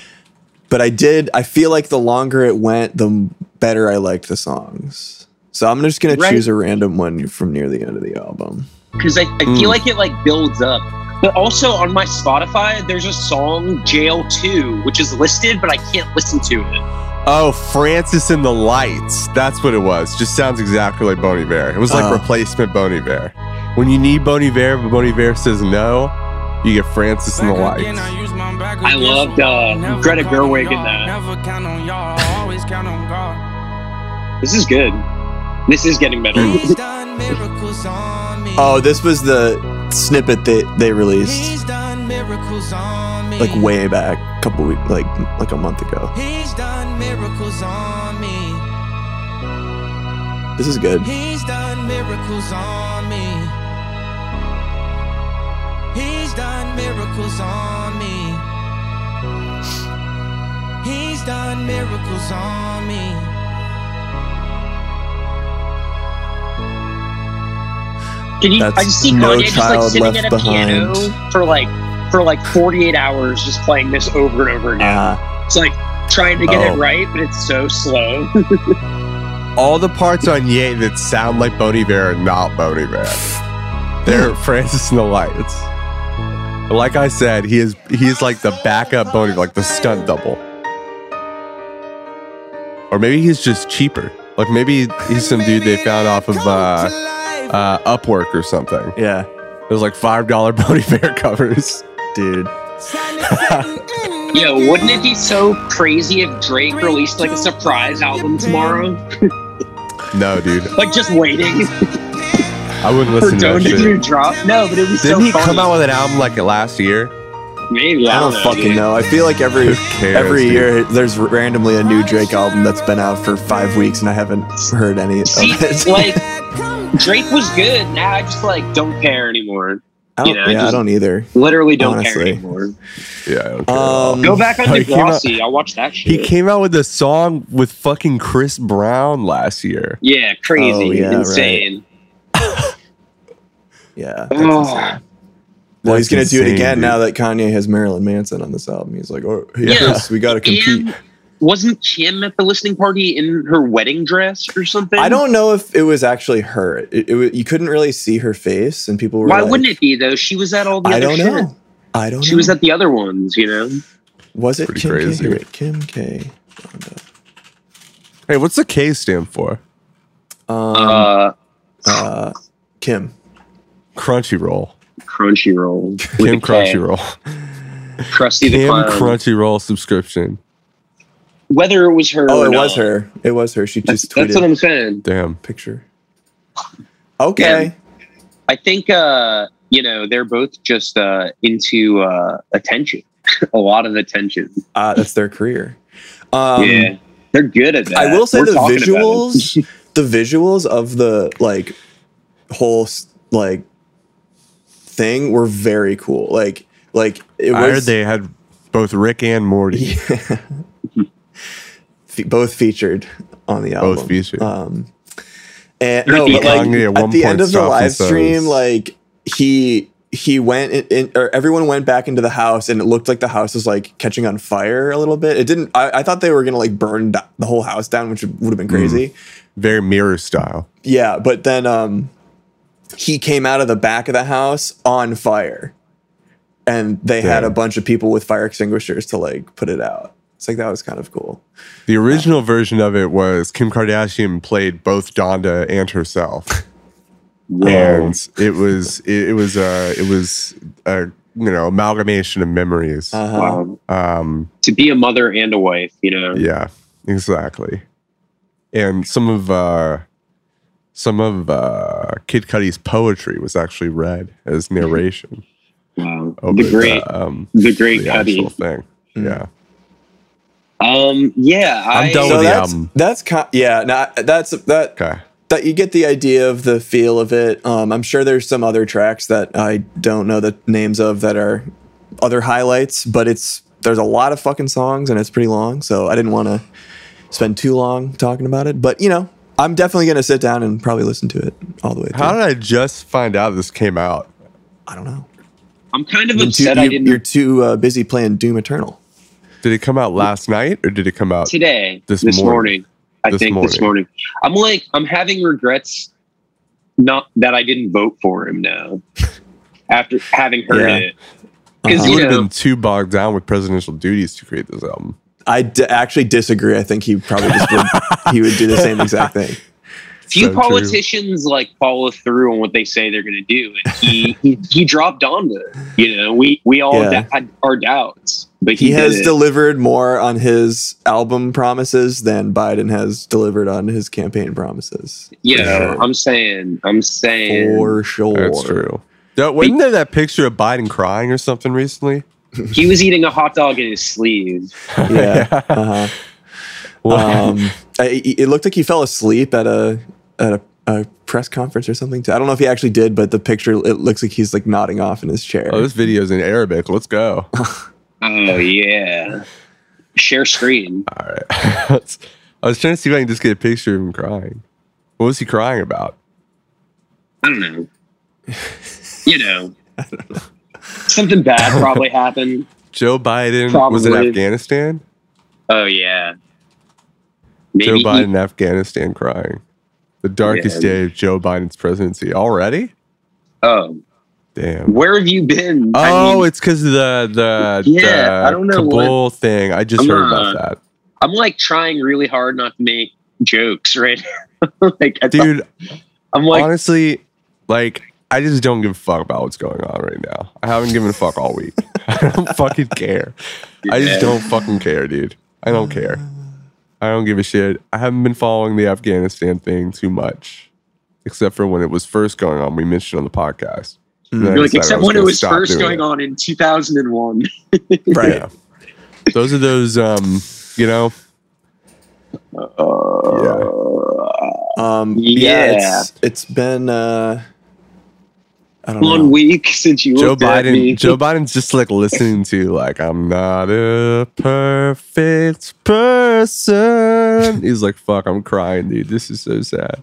B: But I did. I feel like the longer it went, the m- better I liked the songs. So I'm just gonna
C: Right.
B: choose a random one from near the end of the album.
C: Because I, I
A: Mm.
C: feel like it like builds up. But also on my Spotify, there's a song Jail Two, which is listed, but I can't listen to it.
A: Oh, Francis and the Lights. That's what it was. Just sounds exactly like Boney Bear. It was like
B: Oh.
A: replacement Boney Bear. When you need Boney Bear, but Boney Bear says no, You get Francis and the
E: Again,
A: lights.
E: I use my back
C: I
E: against
C: loved,
E: the wall.
C: uh,
E: Never
C: Greta
E: count on
C: Gerwig in
E: y'all.
C: that.
E: Never count on y'all. I Always count on God.
C: This is good. This is getting better.
A: Mm.
G: He's done miracles on me.
B: Oh, this was the snippet that they released
G: He's done miracles on me.
B: like way back, a couple weeks, like like a month ago.
G: He's done miracles on me.
B: This is good.
G: He's done miracles on me. He's done miracles on me. He's done miracles on me.
C: Can you?
B: That's
C: I just see
B: No
C: Kanye just like
B: Child
C: sitting
B: Left
C: at a piano for like for like 48 hours, just playing this over and over again.
B: Uh,
C: it's like trying to get
B: Oh.
C: it right, but it's so slow.
A: All the parts on Ye that sound like Bon Iver are not Bon Iver. They're Francis and the lights. Like I said, he is he is like the backup Bon Iver, like the stunt double. Or maybe he's just cheaper. Like maybe he's some dude they found off of uh, uh, Upwork or something.
B: yeah,
A: It was like five dollar Bon Iver covers.
B: dude.
C: Yo, wouldn't it be so crazy if Drake released like a surprise album tomorrow?
A: No, dude,
C: Like just waiting
A: I wouldn't
C: for
A: listen to
C: Donut
A: that
C: to
A: shit.
C: drop? No, but it'd be so
A: Didn't he
C: funny.
A: come out with an album like last year?
C: Maybe
B: I don't fucking
C: dude.
B: know. I feel like
A: Who
B: every
A: cares?
B: every
A: dude?
B: year there's randomly a new Drake album that's been out for five weeks and I haven't heard any of
C: See,
B: it.
C: like Drake was good. Now I just like don't care anymore.
B: I don't,
C: you know,
B: yeah, I
C: just-
B: don't either.
C: Literally don't care
B: Honestly.
C: anymore.
A: Yeah. I don't care.
B: Um,
C: Go back on
A: Oh, he came out-
C: Degrassi. I'll watch that
A: He
C: shit.
A: came out with a song with fucking Chris Brown last year.
C: yeah, crazy,
B: Oh, yeah, right.
C: insane.
B: Yeah.
C: Ugh.
B: Well, he's gonna
A: That's
B: do it
A: insane,
B: again
A: dude.
B: now that Kanye has Marilyn Manson on this album. He's like, oh,
C: Yeah.
B: yes, we gotta compete.
C: And wasn't Kim at the listening party in her wedding dress or something?
B: I don't know if it was actually her. It, it, wa- you couldn't really see her face, and people were
C: Why
B: like,
C: wouldn't it be though? She was at all the
B: I
C: other
B: don't
C: shit.
B: know. I don't
C: She
B: know.
C: was at the other ones, you know.
B: was it
A: Pretty
B: Kim
A: crazy.
B: K? Wait, Kim K.
A: Hey, what's the K stand for?
B: Um,
C: Uh,
B: uh, Kim.
A: Crunchyroll.
C: Crunchyroll, with
A: Kim
C: a K.
A: Crunchyroll.
C: Krusty the
A: Kim
C: Clown.
A: Crunchyroll subscription.
C: Whether it was her,
B: Oh,
C: or
B: it
C: not.
B: was her. It was her. She
C: That's,
B: just
C: that's
B: tweeted
C: what I'm saying.
A: Damn.
B: picture. Okay.
C: I think uh, you know they're both just uh, into uh, attention, a lot of attention.
B: Uh, that's their career. Um,
C: yeah, they're good at that.
B: I will say
C: We're
B: the
C: talking about it.
B: visuals, the visuals of the like whole s- like thing were very cool. Like like it
A: I heard
B: was
A: they had both Rick and Morty.
B: Yeah. Fe- both featured on the album.
A: Both featured.
B: Um, and
C: Ricky
B: no, but like
A: Kanye at
B: at
A: one
B: the
A: point
B: end of the
A: stopped
B: live
A: and says-
B: stream, like he he went in, in, or everyone went back into the house, and it looked like the house was like catching on fire a little bit. It didn't. I, I thought they were gonna like burn da- the whole house down, which would have
A: Mm-hmm.
B: been crazy.
A: Very mirror style.
B: Yeah, but then um he came out of the back of the house on fire. And they had
A: Yeah.
B: a bunch of people with fire extinguishers to like put it out. It's like that was kind of cool.
A: The original version of it was Kim Kardashian played both Donda and herself. and it was it, it was uh it was a you know amalgamation of memories.
B: Uh-huh.
C: Wow.
A: Uh, Um
C: to be a mother and a wife, you know.
A: Yeah, exactly. And some of uh some of uh Kid Cudi's poetry was actually read as narration.
C: Wow.
A: over
C: the great, Hmm.
A: um
C: the great
A: the actual
C: Cuddy.
A: thing.
B: Mm.
A: Yeah.
C: Um, yeah,
A: I'm
C: I-
A: done with
B: So
A: Oh, the
B: that's
A: album.
B: that's kind yeah, no, that's that
A: Okay.
B: that you get the idea of the feel of it. Um, I'm sure there's some other tracks that I don't know the names of that are other highlights, but it's there's a lot of fucking songs and it's pretty long, so I didn't want to spend too long talking about it. But you know, I'm definitely gonna sit down and probably listen to it all the way. Through.
A: How did I just find out this came out?
B: I don't know.
C: I'm kind of
B: You're too,
C: upset I didn't
B: are too uh, busy playing Doom Eternal.
A: Did it come out last night or did it come out
C: today
A: This
C: this,
A: morning.
C: morning. I
A: This
C: think this morning. I'm like I'm having regrets not that I didn't vote for him now after having heard
B: Yeah.
C: it. Because
B: Uh-huh.
A: you
C: you
A: would have
C: know
A: been too bogged down with presidential duties to create this album.
B: I d- actually disagree. I think he probably just would, he would do the same exact thing.
C: few
A: So true.
C: politicians like follow through on what they say they're going to do, and he, he he dropped on to it. You know, we we all
B: Yeah.
C: da- had our doubts, but he,
B: He has
C: did it.
B: delivered more on his album promises than Biden has delivered on his campaign promises.
C: you
B: for
C: know,
B: sure.
C: I'm saying, I'm saying,
B: for sure.
A: That's true. Yo, wasn't there that picture of Biden crying or something recently?
C: he was eating a hot dog in his sleeve.
B: Yeah. uh-huh.
C: Uh,
A: Wow.
B: um, I, it looked like he fell asleep at a at a, a press conference or something. Too. I don't know if he actually did, but the picture it looks like he's like nodding off in his chair.
A: oh, this video's in Arabic. Let's go.
C: Oh yeah, share screen.
A: All right. I was trying to see if I can just get a picture of him crying. What was he crying about?
C: I don't know. You know, something bad probably happened.
A: Joe Biden was in
C: Probably.
A: Afghanistan.
C: Oh yeah,
A: Joe
C: maybe he-
A: Biden in Afghanistan crying. The darkest
C: Yeah.
A: day of Joe Biden's presidency already.
C: oh,
A: Damn.
C: where have you been? I
A: Oh,
C: mean,
A: it's because the the
C: Yeah,
A: the
C: I don't know what-
A: Kabul thing. I just
C: I'm
A: heard
C: not-
A: about
C: I'm like trying really hard not to make jokes right now. like I
A: that, dude.
C: I'm like
A: honestly, like I just don't give a fuck about what's going on right now. I haven't given a fuck all week. I don't fucking care. I
C: Yeah.
A: just don't fucking care, dude. I don't care. I don't give a shit. I haven't been following the Afghanistan thing too much, except for when it was first going on. We mentioned on the podcast. And then I
C: you're like
A: decided I
C: except when it
A: gonna
C: was
A: stop
C: first
A: doing
C: going
A: it.
C: on in 2001.
B: right.
A: Yeah. Those are those, um, you know.
C: Uh,
A: yeah.
B: Um,
C: Yeah.
B: yeah. It's, it's been. Uh, I don't
C: One
B: know.
C: week since you
A: Joe
C: looked at me.
A: Biden. Joe Biden's just like listening to like I'm not a perfect person. He's like, fuck, I'm crying, dude. This is so sad.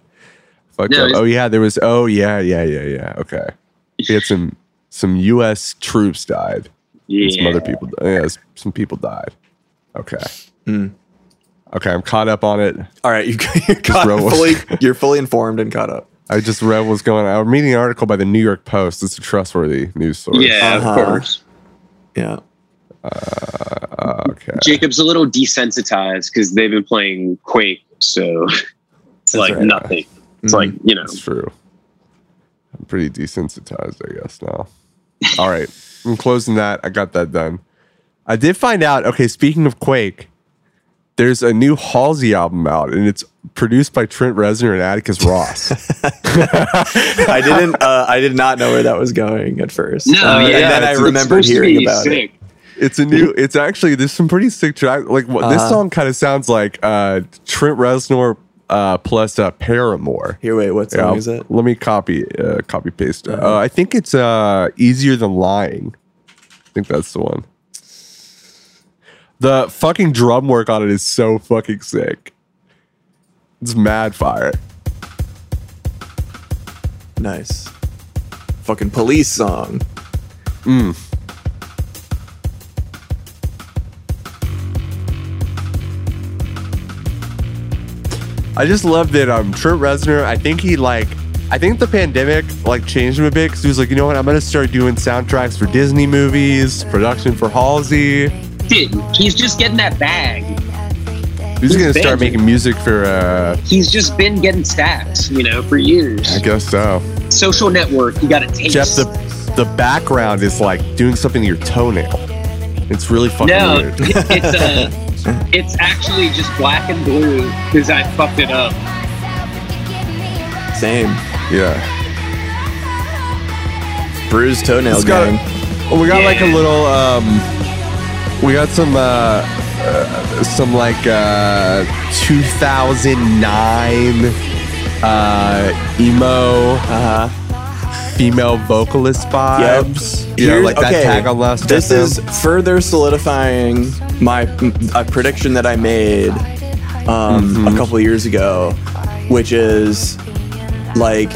A: Fuck
C: No,
A: up.
C: it's-
A: Oh yeah, there was. Oh yeah, yeah, yeah, yeah. Okay, we had some some U.S. troops died. and Some
C: yeah.
A: other people. Yeah, s- some people died. Okay.
B: Hmm.
A: Okay, I'm caught up on it.
B: All right, you, you're caught
A: roll.
B: fully. You're fully informed and caught up.
A: I just read what's going on. I'm reading an article by the New York Post. It's a trustworthy news source.
C: yeah,
B: Uh-huh.
C: of course.
B: Yeah.
A: Uh, okay.
C: Jacob's a little desensitized because they've been playing Quake, so it's like
B: right.
C: nothing.
A: Mm.
C: It's like you know,
A: That's true. I'm pretty desensitized, I guess, now. All right. I'm closing that. I got that done. I did find out, okay, speaking of Quake, there's a new Halsey album out, and it's produced by Trent Reznor and Atticus Ross.
B: I didn't. Uh, I did not know where that was going at first.
C: no,
B: Uh,
C: yeah.
B: And then I
C: it's- it's
B: remembered
C: supposed to
B: hearing
C: be
B: about it.
C: sick.
A: it's a new, it's actually, there's some pretty sick track. Like, what this
B: Uh-huh.
A: song kind of sounds like uh, Trent Reznor uh, plus uh, Paramore.
B: Here, wait. What
A: Yeah,
B: song is it?
A: Let me copy uh, copy paste. Uh, I think it's uh, easier than lying. I think that's the one. The fucking drum work on it is so fucking sick. It's mad fire.
B: Nice. Fucking police song.
A: I just love that um Trent Reznor, I think he like I think the pandemic like changed him a bit because he was like, you know what, I'm gonna start doing soundtracks for Disney movies, production for Halsey.
C: Dude, he's just getting that bag.
A: He's,
C: He's
A: gonna start
C: banging.
A: making music for uh
C: He's just been getting stacks, you know, for
A: I
C: years.
A: guess so.
C: Social network, you got to taste.
A: Jeff, the the background is like doing something to your toenail. It's really fucking
C: no,
A: weird.
C: it- it's uh, it's actually just black and blue because I fucked it up.
B: Same.
A: Yeah.
B: Bruised toenail
A: It's got-
B: gang.
A: We got
C: Yeah.
A: like a little um we got some uh, uh some like uh 2009 uh emo
B: Uh huh.
A: female vocalist vibes. You know,
B: Here's-
A: like that tag on last
B: This
A: FM.
B: is further solidifying my a prediction that I made um,
A: Mm-hmm.
B: a couple of years ago, which is like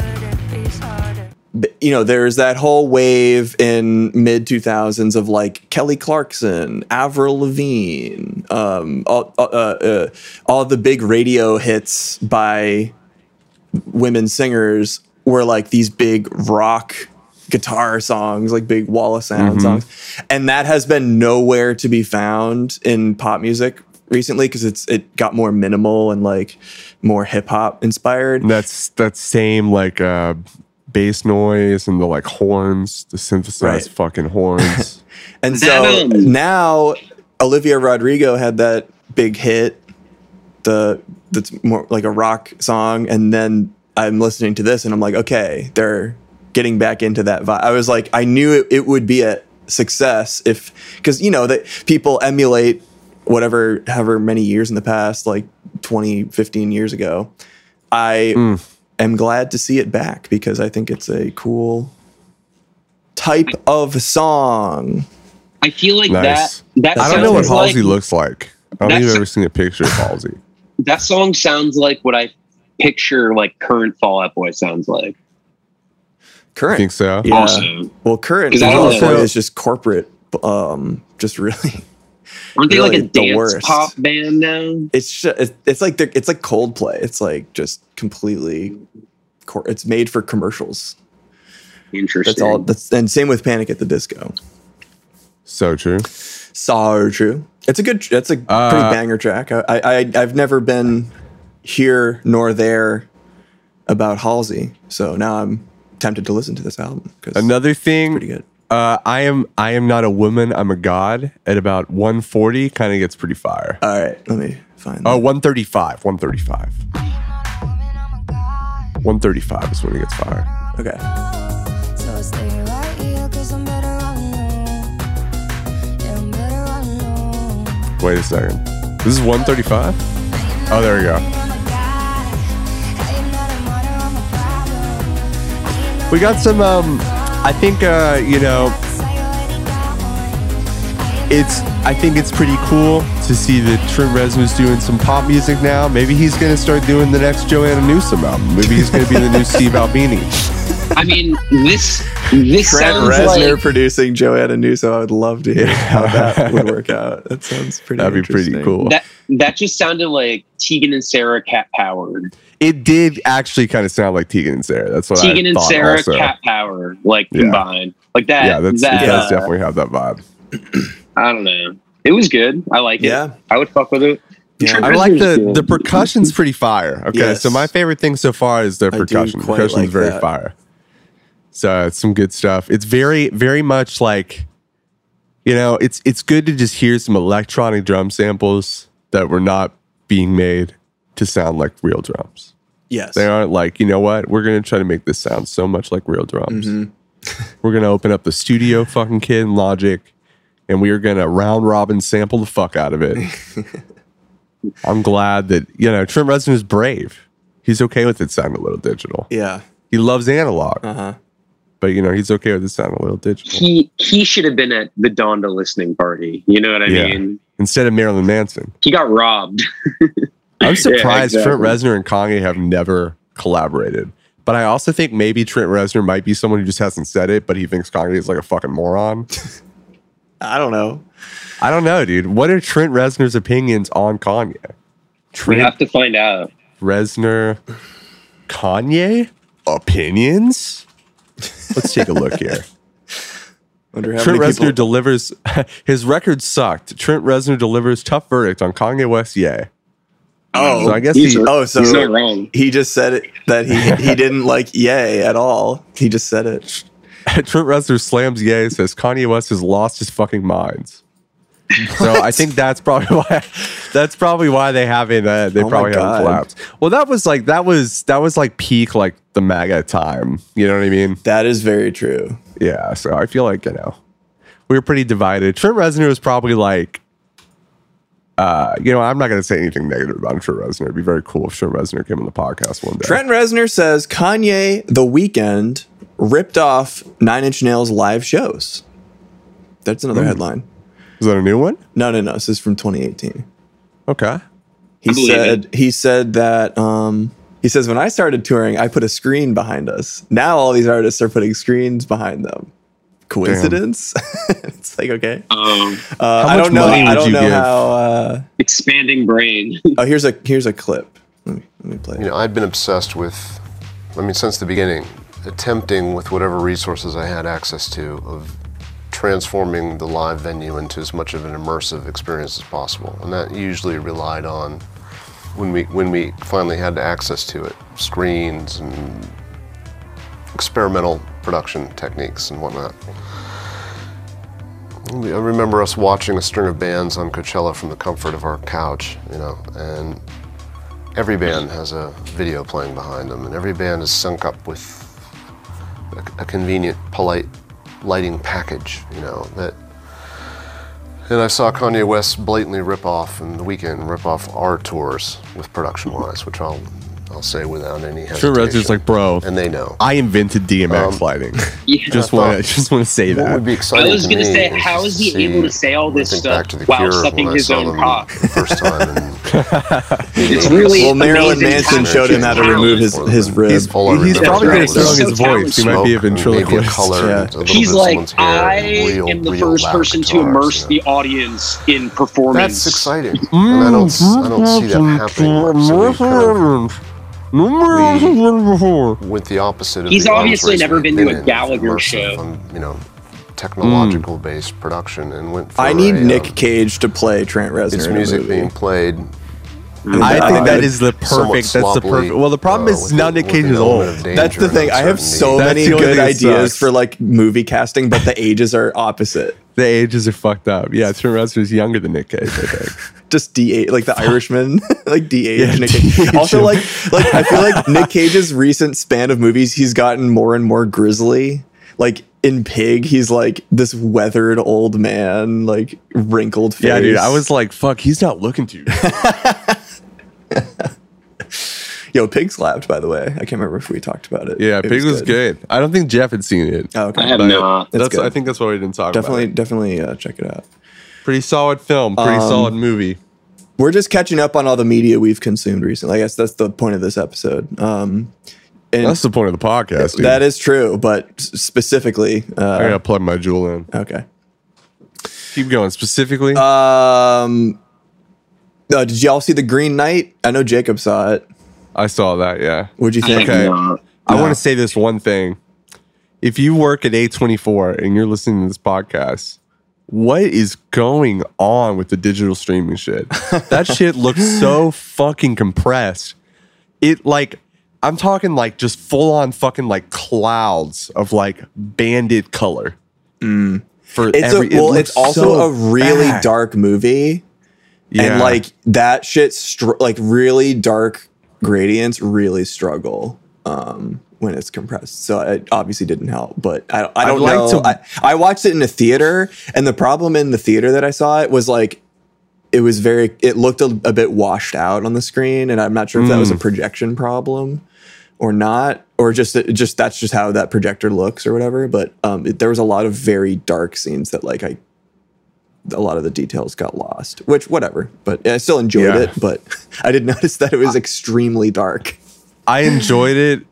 B: b- you know there's that whole wave in mid 2000s of like Kelly Clarkson, Avril Lavigne, um, all, uh, uh, all the big radio hits by women singers were like these big rock guitar songs, like big wall of sound songs. And that has been nowhere to be found in pop music recently because it's it got more minimal and like more hip hop inspired.
A: And that's that same like uh, bass noise and the like horns, the synthesized
B: Right.
A: fucking horns.
B: And so
C: Venom.
B: now Olivia Rodrigo had that big hit, the that's more like a rock song, and then I'm listening to this and I'm like, okay, they're getting back into that vibe. I was like, I knew it, it would be a success if because you know that people emulate whatever however many years in the past, like 20, 15 years ago. I am glad to see it back because I think it's a cool type of song.
C: I feel like
A: Nice.
C: that. That
A: I don't know what
C: sounds like-
A: Halsey looks like. I don't think
C: That's-
A: I've ever seen a picture of Halsey.
C: That song sounds like what I picture like current Fall Out Boy sounds like.
A: I
B: Current.
A: think so.
B: Yeah.
C: Also,
B: Well, current
C: 'Cause
B: is
C: I don't
B: also
A: know.
B: is just corporate. Um, just really,
C: aren't they like
B: Really
C: a
B: the
C: dance
B: worst.
C: pop band now?
B: it's ju- it's, it's like they're- it's like Coldplay. It's like just completely. Cor- it's made for commercials.
C: Interesting.
B: That's all. That's and same with Panic at the Disco.
A: So true.
B: So true. It's a good. tr- It's a
A: Uh,
B: pretty banger track. I, I I I've never been here nor there about Halsey, so now I'm tempted to listen to this album because
A: Another thing
B: pretty good.
A: Uh, I am I am not a woman. I'm a god. At about 140, kind of gets pretty fire.
B: All right, let me find.
A: Oh,
B: Oh,
A: 135, 135, 135 is when it gets fire.
B: okay.
H: So stay right here, cause I'm better on you. Yeah, I'm better on you.
A: Wait a second. This is 135. Oh, there we go. We got some. Um, I think uh, you know, it's. I think it's pretty cool to see that Trim Reznor's doing some pop music now. Maybe he's gonna start doing the next Joanna Newsom album. Maybe he's gonna be the new Steve Albini.
C: I mean, this this
B: Trent
C: sounds
B: Reznor
C: like
B: producing Joanna Newsom. I would love to hear how that would work out. That sounds pretty.
A: That'd be pretty
B: interesting.
A: cool.
C: that. That just sounded like Tegan and Sarah Cat Powered.
A: It did actually kind of sound like Tegan and Sarah. That's what I
C: Tegan and
A: thought
C: Sarah
A: also.
C: Cat Power, like
A: Yeah.
C: combined, like that.
A: yeah, that's,
C: that,
A: it does
C: uh,
A: definitely have that vibe.
C: I don't know. It was good. I like it.
B: Yeah.
C: I would fuck with it.
B: Yeah.
C: Trent
A: I like
C: Reznor's
A: the
C: good.
A: the percussion's pretty fire. Okay,
B: Yes.
A: so my favorite thing so far is the
B: I do
A: percussion.
B: quite
A: Percussion's
B: like
A: very
B: that.
A: fire. So it's some good stuff. It's very very much like, you know, it's it's good to just hear some electronic drum samples that were not being made to sound like real drums.
B: Yes.
A: They aren't like, you know what? We're gonna try to make this sound so much like real drums. we're gonna open up the studio fucking kid in Logic, and we are gonna round robin sample the fuck out of it. I'm glad that you know Trent Reznor is brave. He's okay with it sounding a little digital.
B: Yeah.
A: He loves analog,
B: Uh huh.
A: but you know he's okay with it sounding a little digital
C: he he should have been at the Donda listening party. You know what I
A: Yeah.
C: mean?
A: instead of Marilyn Manson.
C: He got robbed.
A: I'm surprised
C: exactly.
A: Trent Reznor and Kanye have never collaborated. But I also think maybe Trent Reznor might be someone who just hasn't said it, but he thinks Kanye is like a fucking moron.
B: I don't know.
A: I don't know, dude. What are Trent Reznor's opinions on Kanye?
C: we
A: Trent
C: have to find out.
A: Reznor, Kanye opinions? Let's take a look here.
B: Wonder how
A: Trent
B: many
A: Reznor
B: people.
A: delivers. his record sucked. Trent Reznor delivers tough verdict on Kanye West. Yay.
B: oh,
A: So I guess
C: He's
A: he.
C: right.
B: oh, so
C: He's not wrong.
B: he just said it that he he didn't like yay at all. He just said it.
A: Trent Reznor slams Yay says Kanye West has lost his fucking mind. So I think that's probably why that's probably why they haven't uh, they
B: Oh my
A: probably
B: God.
A: haven't collapsed. Well, that was like that was that was like peak like the MAGA time. You know what I mean?
B: That is very true.
A: Yeah. So I feel like you know we were pretty divided. Trent Reznor was probably like, uh, you know, I'm not gonna say anything negative about Trent Reznor. It'd be very cool if Trent Reznor came on the podcast one day.
B: Trent Reznor says Kanye the weekend ripped off Nine Inch Nails live shows. That's another
A: Hmm.
B: headline.
A: is that a new one?
B: No, no, no. This is from 2018. Uh,
A: Okay.
B: He
C: believe
B: said he said that um, he says when I started touring, I put a screen behind us. Now all these artists are putting screens behind them. Coincidence? it's like okay.
C: Um,
B: Uh,
A: How
B: I
A: much
B: don't know.
A: money
B: I
A: would
B: don't
A: you
B: know
A: give?
B: how. Uh,
C: expanding brain.
B: oh, here's a here's a clip. Let me let me play.
I: You
B: it.
I: know, I'd been obsessed with, I mean, since the beginning, attempting with whatever resources I had access to of transforming the live venue into as much of an immersive experience as possible. And that usually relied on when we when we finally had access to it, screens and experimental production techniques and whatnot. We- I remember us watching a string of bands on Coachella from the comfort of our couch, you know, and every band has a video playing behind them, and every band is sunk up with a, a convenient, polite lighting package, you know, that and I saw Kanye West blatantly rip off in the weekend, rip off our tours with production wise, which I'll I'll say without any
A: Sure,
I: hesitation.
A: Red's just like, bro,
I: and they know.
A: I invented DMX
I: Um,
A: lighting.
C: Yeah.
A: just want to just want to say
I: What
A: that.
I: would be exciting
C: I was
I: to
C: gonna
I: me
C: say, how
I: just
C: is he able to say all
I: when I
C: this
I: think
C: stuff
I: back to The
C: while
I: Cure,
C: sucking
I: when I
C: his
I: saw
C: own
I: them
C: cock?
I: the First time. And,
C: It's really
B: Well, Marilyn
C: amazing
B: Manson
C: talent.
B: showed him how to
C: Talent.
B: remove his, his rib.
A: He's,
I: All I
A: he's
I: remember
A: probably
I: now
A: good at
I: was
A: throwing his
C: so
A: voice. He
C: talented.
A: might be a
I: smoke and maybe a
A: ventriloquist.
I: color
B: Yeah.
I: and a little
C: He's
I: bit of
C: like,
I: someone's hair
C: I
I: and real,
C: am the
I: real
C: first
I: loud
C: person to
I: guitars,
C: immerse
I: you know.
C: the audience in performance.
I: That's exciting. and I don't, I don't see that happening. much, so we kind of went the opposite of
C: He's
I: the arms
C: obviously
I: race
C: never
I: we've
C: been to a
I: in,
C: Gallagher
I: immersive
C: show.
I: on, you know, technological based production and went for
B: I need
I: a,
B: Nick
I: um,
B: Cage to play Trent Reznor.
I: It's
B: in a
I: music
B: movie.
I: being played.
A: I think that is the
I: somewhat
A: perfect. That's the
I: sloppily,
A: perfect. Well, the problem
I: uh,
A: is
I: with
A: now
I: the-
A: Nick
I: with
A: Cage
I: an
A: is
I: element
A: old.
I: of danger
B: That's the
I: and
B: thing. I have
I: uncertainty.
B: so
A: That's
B: many
A: the only
B: good
A: thing that
B: ideas
A: sucks.
B: for like movie casting, but the ages are opposite.
A: The ages are fucked up. Yeah, Trent Reznor is younger than Nick Cage. I think.
B: Just D8, like the Irishman, like D8.
A: Yeah,
B: Nick Cage.
A: de-age
B: Also,
A: him.
B: like, like I feel like Nick Cage's recent span of movies, he's gotten more and more grisly. Like in Pig, he's like this weathered old man, like wrinkled face.
A: yeah, dude. I was like, fuck. He's not looking too.
B: yo, Pig slapped. By the way, I can't remember if we talked about it.
A: Yeah,
B: It
A: Pig was good. I don't think Jeff had seen it.
B: Oh, okay.
C: I have
A: But
C: not.
B: It's
A: That's.
B: good.
A: I think that's why we didn't talk
B: definitely,
A: about.
B: definitely uh, check it out.
A: Definitely. Pretty solid film. Pretty
B: Um,
A: solid movie.
B: we're just catching up on all the media we've consumed recently. I guess that's the point of this episode. Um, and
A: That's the point of the podcast. Dude.
B: that is true, but s- specifically,
A: I
B: uh,
A: gotta plug my jewel in.
B: okay.
A: Keep going. Specifically,
B: Um, uh, did y'all see the Green Knight? I know Jacob saw it.
A: I saw that. Yeah.
B: What'd you
C: I
B: think?
C: have
A: Okay.
C: not.
A: I want to say this one thing. If you work at A24 and you're listening to this podcast, what is going on with the digital streaming shit? That shit looks so fucking compressed. It like I'm talking like just full on fucking like clouds of like banded color. For
B: Mm. It's
A: every,
B: a,
A: it
B: well,
A: looks
B: it's also
A: so
B: a really
A: bad.
B: dark movie,
A: Yeah.
B: and like that shit, str- like really dark gradients, really struggle. Um, when it's compressed, so it obviously didn't help. But I, I don't
A: I'd like
B: know.
A: to-
B: I, I watched it in a theater, and the problem in the theater that I saw it was like it was very. It looked a, a bit washed out on the screen, and I'm not sure if that was
A: Mm.
B: a projection problem or not, or just it just that's just how that projector looks or whatever. But um, it, there was a lot of very dark scenes that like I, a lot of the details got lost, which whatever. But I still enjoyed
A: Yeah.
B: it. But I did notice that it was extremely dark.
A: I enjoyed it.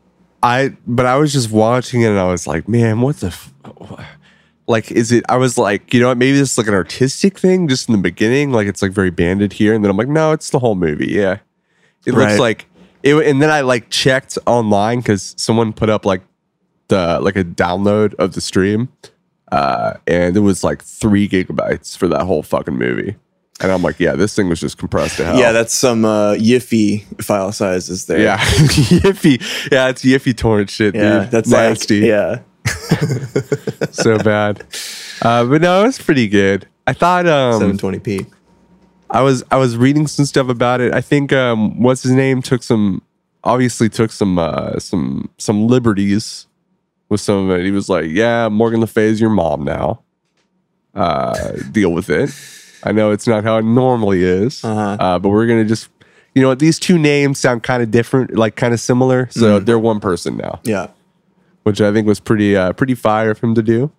A: I but I was just watching it and I was like, man, what the f- like is it I was like, you know what, maybe this is like an artistic thing just in the beginning, like it's like very banded here and then I'm like, no, it's the whole movie. Yeah. It
B: Right.
A: looks like it and then I like checked online cuz someone put up like the like a download of the stream uh and it was like 3 gigabytes for that whole fucking movie. And I'm like, yeah, this thing was just compressed to hell.
B: Yeah, that's some uh, yiffy file sizes there.
A: Yeah, yiffy. Yeah, it's yiffy torrent shit,
B: yeah,
A: dude.
B: that's like-
A: nasty.
B: yeah,
A: so bad. Uh, but no, it was pretty good. I thought um,
B: 720p.
A: I was I was reading some stuff about it. I think um, what's his name took some obviously took some uh, some some liberties with some of it. He was like, "Yeah, Morgan Le Fay is your mom now. Uh, deal with it. I know it's not how it normally is,
B: Uh-huh.
A: uh, but we're gonna just." You know what? These two names sound kind of different, like kind of similar. So
B: Mm.
A: they're one person now
B: Yeah,
A: which I think was pretty uh, pretty fire of him to do.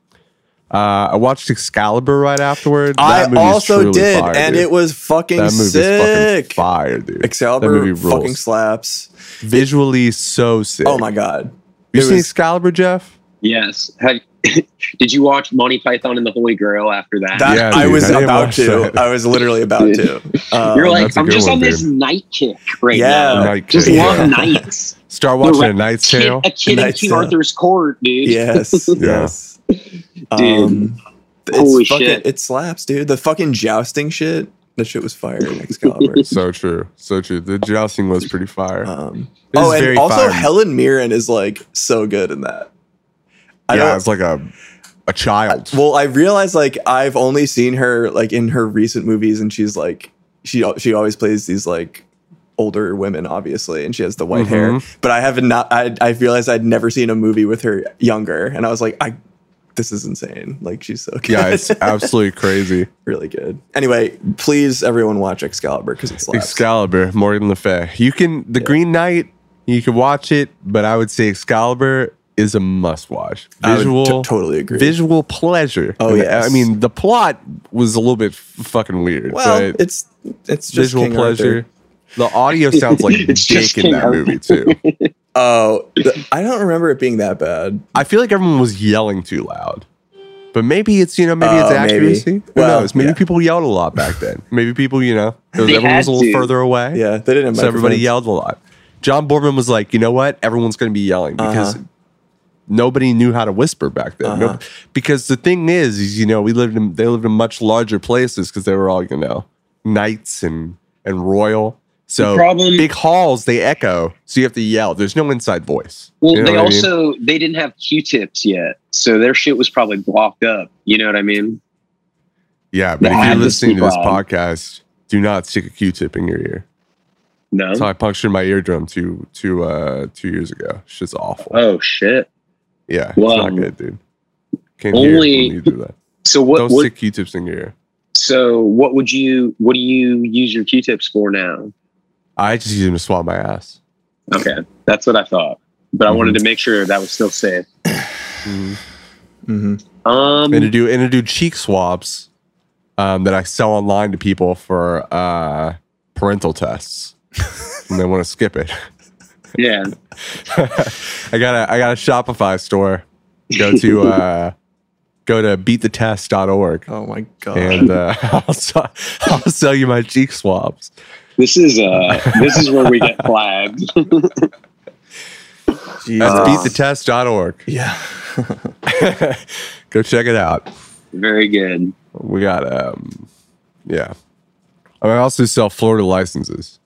A: Uh, I watched Excalibur right afterward.
B: I
A: That movie's
B: also
A: truly
B: did,
A: fire,
B: and
A: dude.
B: it was fucking
A: that movie's
B: sick.
A: fucking fire, dude. that
B: Excalibur
A: movie rules.
B: fucking slaps.
A: Visually so sick.
B: Oh my god.
A: You
B: It
A: seen
B: was-
A: Excalibur, Jeff?
C: Yes. Have, did you watch Monty Python and the Holy Grail after that?
B: That
A: Yeah,
B: I
A: dude,
B: was
A: I didn't
B: about
A: watch
B: to.
A: that.
B: I was literally about to. Um,
C: You're like,
A: that's a
C: I'm
A: good
C: just
A: one,
C: on this
A: dude.
C: night kick right
B: Yeah.
C: now.
A: Night
C: just
A: kick,
C: love
A: yeah.
C: nights.
A: Start watching
C: The
A: A Knight's
C: Kid,
A: Tale.
C: a kid in
B: Knight's
C: King
B: Tale.
C: Arthur's court, dude.
B: yes, yes. Um, It's
C: Holy
B: fucking,
C: shit.
B: It slaps, dude. The fucking jousting shit. That shit was fire in Excalibur.
A: So true. So true. The jousting was pretty fire.
B: Um,
A: This
B: oh,
A: is
B: and
A: very
B: also
A: fire.
B: Helen Mirren is like so good in that. I
A: yeah,
B: don't,
A: it's like a a child.
B: well, I realize like I've only seen her like in her recent movies, and she's like she al- she always plays these like older women, obviously, and she has the white hair.
A: Mhm.
B: But I have not. I I realized I'd never seen a movie with her younger, and I was like, I this is insane. Like she's so good.
A: yeah, it's absolutely crazy.
B: really good. Anyway, please everyone watch Excalibur because it's last.
A: Excalibur, Morgan Le Fay. You can the Green Knight. You can watch it, but I would say Excalibur is a must-watch. Visual,
B: totally agree.
A: Visual pleasure.
B: Oh,
A: And,
B: yes.
A: I mean, the plot was a little bit f- fucking weird.
B: well,
A: right?
B: it's it's just
A: visual
B: King Arthur.
A: pleasure. The audio sounds like
C: It's just
A: dick in
C: King
A: that
C: Arthur.
A: movie too.
B: Oh, th- I don't remember it being that bad.
A: I feel like everyone was yelling too loud. But maybe it's you know maybe it's
B: Oh, maybe.
A: accuracy. Who
B: Well,
A: knows? Maybe
B: yeah.
A: people yelled a lot back then. Maybe people you know it was,
C: They
A: everyone was a
C: had
A: little
C: to.
A: further away.
B: Yeah, they didn't. have
A: so everybody
B: microphones.
A: yelled a lot. John Borman was like, you know what? Everyone's going to be yelling because
B: Uh-huh.
A: nobody knew how to whisper back then. No-
B: Uh-huh.
A: because the thing is, is you know, we lived in they lived in much larger places because they were all you know knights and and royal. So
C: The problem-
A: big halls they echo, so you have to yell. There's no inside voice.
C: Well,
A: You know
C: they
A: what I mean?
C: also they didn't have Q-tips yet, so their shit was probably blocked up. You know what I mean?
A: yeah. But
C: they
A: if
C: had
A: you're
C: to
A: listening to
C: speak
A: this
C: loud.
A: podcast, do not stick a Q-tip in your ear.
C: No.
A: That's how I punctured my eardrum two two uh two years ago. Shit's awful.
C: Oh shit.
A: Yeah, it's
C: Wow.
A: not good, dude. Can't hear
C: Only-
A: when you do that.
C: So what?
A: Don't
C: what
A: stick Q-tips in your ear.
C: so what would you? What do you use your Q-tips for now?
A: I just use them to swab my ass.
C: Okay, that's what I thought, but I
A: Mm-hmm.
C: wanted to make sure that was still safe.
B: Mhm.
C: Um,
A: And to do and to do cheek swabs um, that I sell online to people for uh, parental tests. and they want to skip it.
C: yeah,
A: I got a I got a Shopify store. Go to uh, go to beattetest.org
B: Oh my god.
A: and uh, I'll, se- I'll sell you my cheek swabs.
C: this is uh, this is where we get flagged.
B: Jesus.
A: That's beattetest.org.
B: yeah.
A: go check it out.
C: Very good.
A: We got um, yeah. I also sell Florida licenses.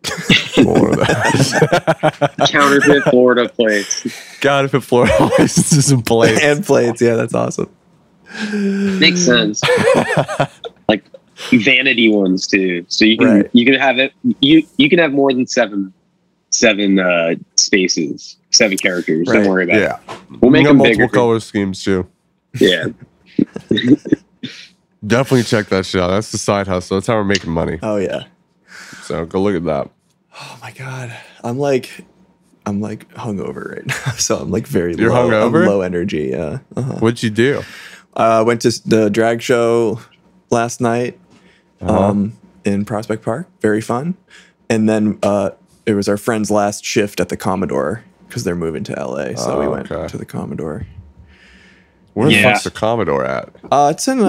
A: One of those.
C: Counterfeit Florida plates.
A: God, if a Florida license is in place,
B: and plates. Yeah, that's awesome.
C: Makes sense. like vanity ones too. So you can
B: Right.
C: you can have it you you can have more than seven seven uh spaces, seven characters. Don't
B: Right.
C: worry about
A: yeah,
C: it. We'll make them
A: multiple
C: bigger.
A: color schemes too.
C: Yeah.
A: Definitely check that shit out. That's the side hustle. That's how we're making money.
B: Oh yeah.
A: So go look at that.
B: Oh my god. I'm like I'm like hungover right now. So I'm like very
A: You're
B: low, I'm
A: hungover?
B: low energy. Yeah. Uh-huh.
A: What'd you do?
B: Uh went to s- the drag show last night um in Prospect Park. Very fun. And then uh it was our friend's last shift at the Commodore because they're moving to LA. So we
A: Oh,
B: went
A: okay.
B: to the Commodore.
A: Where the
C: Yeah.
A: fuck's the Commodore at?
B: Uh it's in uh,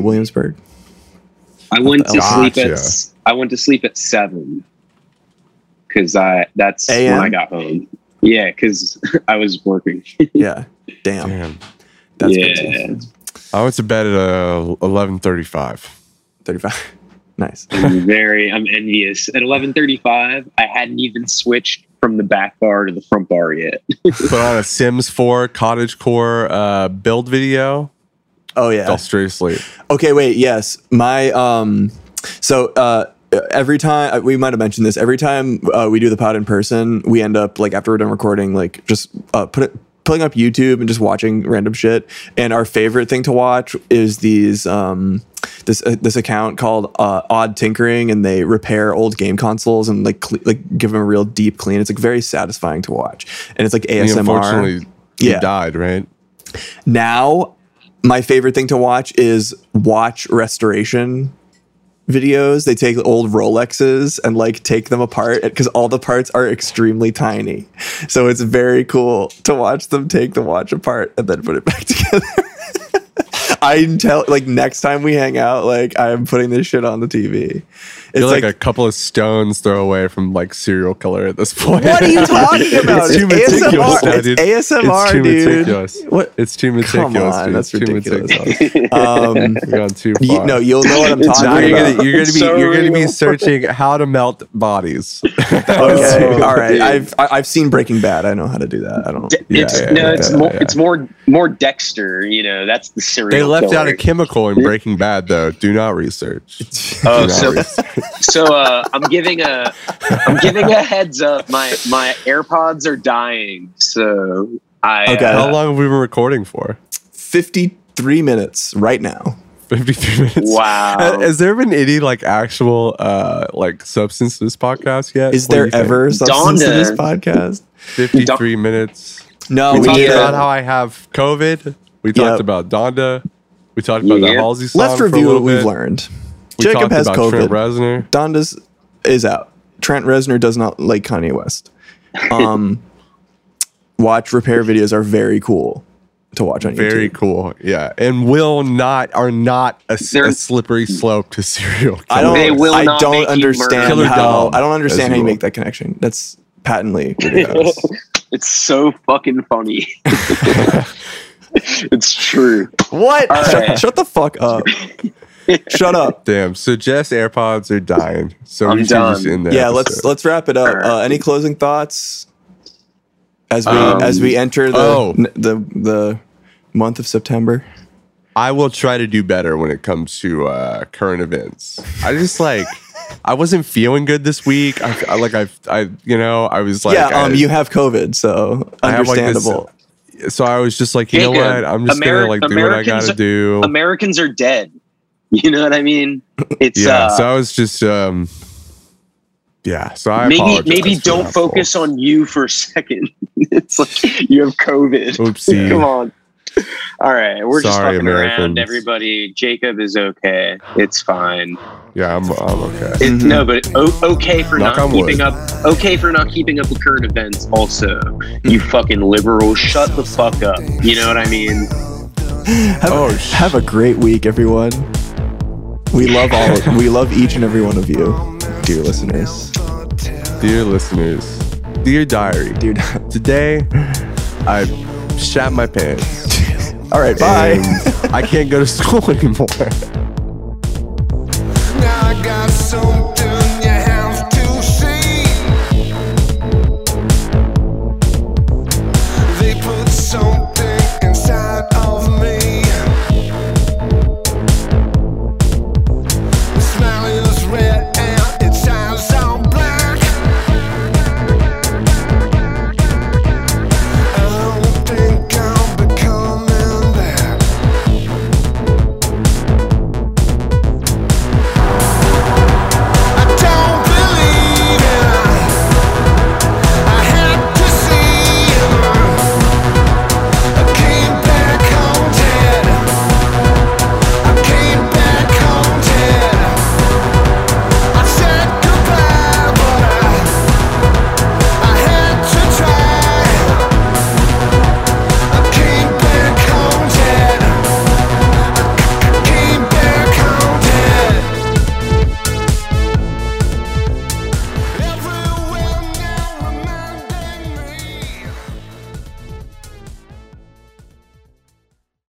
C: Williamsburg.
B: Williamsburg.
C: I went to sleep
A: Gotcha.
C: at s- I went to sleep at seven. Cause I that's
B: AM?
C: when I got home. Yeah, because I was working.
B: Yeah. Damn.
A: Damn,
B: That's
C: Yeah.
B: crazy.
A: I went to bed at uh, eleven thirty-five.
B: 35. nice.
C: I'm very I'm envious. At eleven thirty five, I hadn't even switched from the back bar to the front bar yet.
A: Put on a Sims Four Cottage Core uh, build video.
B: Oh yeah.
A: Fell straight asleep.
B: Okay, wait. Yes, my um. So uh, every time uh, we might have mentioned this, every time uh, we do the pod in person, we end up like after we're done recording, like just uh, put it. Pulling up YouTube and just watching random shit, and our favorite thing to watch is these um, this uh, this account called uh, Odd Tinkering, and they repair old game consoles and like cle- like give them a real deep clean. It's like very satisfying to watch, and it's like
A: He
B: ASMR
A: unfortunately he
B: Yeah.
A: died. Right.
B: now my favorite thing to watch is watch restoration videos they take old rolexes and like take them apart because all the parts are extremely tiny so it's very cool to watch them take the watch apart and then put it back together i tell like next time we hang out like i'm putting this shit on the tv It's
A: You're like,
B: like,
A: a couple of stones throw away from like serial killer at this point.
B: what are you talking about?
A: It's too meticulous, now,
B: ASMR.
A: dude.
B: It's ASMR,
A: it's too
B: dude.
A: meticulous.
B: What?
A: It's too meticulous.
B: Come on,
A: dude.
B: that's
A: it's too
B: ridiculous.
A: meticulous.
B: Um,
A: You've gone too far.
B: you, no, you'll know what I'm
C: It's
A: Now
B: talking
A: you're
B: about.
A: gonna, you're gonna be
C: So
A: you're gonna be
C: real.
A: searching how to melt bodies.
B: okay, all right. I've I- I've seen Breaking Bad. I know how to do that. I don't.
A: Yeah,
C: it's
A: yeah,
C: no,
A: yeah,
C: it's
A: yeah,
C: more,
A: yeah.
C: it's more, more Dexter. You know, that's the serial.
A: They left out
C: killer.
A: a chemical in Breaking Bad, though. Do not research.
C: Oh,
A: Do not
C: so-
A: research.
C: So uh, I'm giving a, I'm giving a heads up. My my AirPods are dying, so I
B: Okay.
A: how
C: uh,
A: long have we been recording for?
B: 53 minutes right now.
A: Fifty-three minutes.
C: wow.
A: Uh, Has there been any like actual uh like substance to this podcast yet?
B: Is
A: What do
B: there
A: you think?
B: ever substance to
C: Donda.
B: this podcast?
A: fifty-three minutes?
B: No,
A: We
B: we
A: talked
B: did.
A: about how I have COVID. We
B: Yep.
A: talked about Donda. We talked about the
C: Yeah.
A: Halsey song.
B: Let's
A: for a
B: review
A: little
B: what we've
A: bit.
B: learned.
A: We
B: Jacob
A: talked
B: has
A: about Trent
B: COVID.
A: Reznor.
B: Donda's is out. Trent Reznor does not like Kanye West. Um, watch repair videos are very cool to watch on
A: Very
B: YouTube.
A: cool. Yeah. And will not are not a, s- a
C: They're-
A: slippery slope to serial killer.
B: I don't.
C: They will
B: I
C: not
B: don't
C: make you
B: understand
A: murder.
B: how.
A: Killer
B: I don't
A: dumb,
B: understand
A: as
B: how
A: you
B: you
A: will.
B: make that connection. That's patently ridiculous.
C: It's so fucking funny. it's true.
B: what?
C: All
B: Shut-
C: right.
B: shut the fuck up. Shut up.
A: Damn. So Jeff's AirPods are dying. So
C: I'm
A: we should just
C: done.
A: end there.
B: yeah let's let's wrap it up uh, any closing thoughts as we
A: Um,
B: as we enter the,
A: oh.
B: n- the the month of september
A: I will try to do better when it comes to uh, current events. I just like I wasn't feeling good this week. I, I like I I you know I was like
B: yeah um
A: I-
B: you have covid so
A: I have, like, this- Oh,
B: understandable
A: so I was just like you know
C: Jacob,
A: what I'm just
C: Ameri-
A: gonna like do what I
C: Americans-
A: gotta do.
C: Americans are dead. You know what I mean? It's
A: yeah.
C: uh,
A: so I was just um yeah. So I
C: maybe
A: apologize
C: maybe
A: for that,
C: don't
A: folks.
C: focus on you for a second. it's like you have COVID.
A: Oopsie.
C: Come on. All right, we're just
A: Sorry,
C: fucking around.
A: Americans.
C: Everybody, Jacob is okay. It's fine.
A: Yeah, I'm I'm okay.
C: It, No, but o- okay for
A: Mm-hmm. Knock
C: not
A: on wood.
C: keeping up. Okay for not keeping up with current events. Also, you
A: Mm-hmm.
C: fucking liberal, shut the fuck up. You know what I mean?
B: have,
A: oh, sh-
B: have a great week everyone we love all we love each and every one of you dear listeners
A: Dear listeners, dear diary,
B: dude
A: today I shat my pants.
B: all right bye
A: And I can't go to school anymore.
D: Now I got some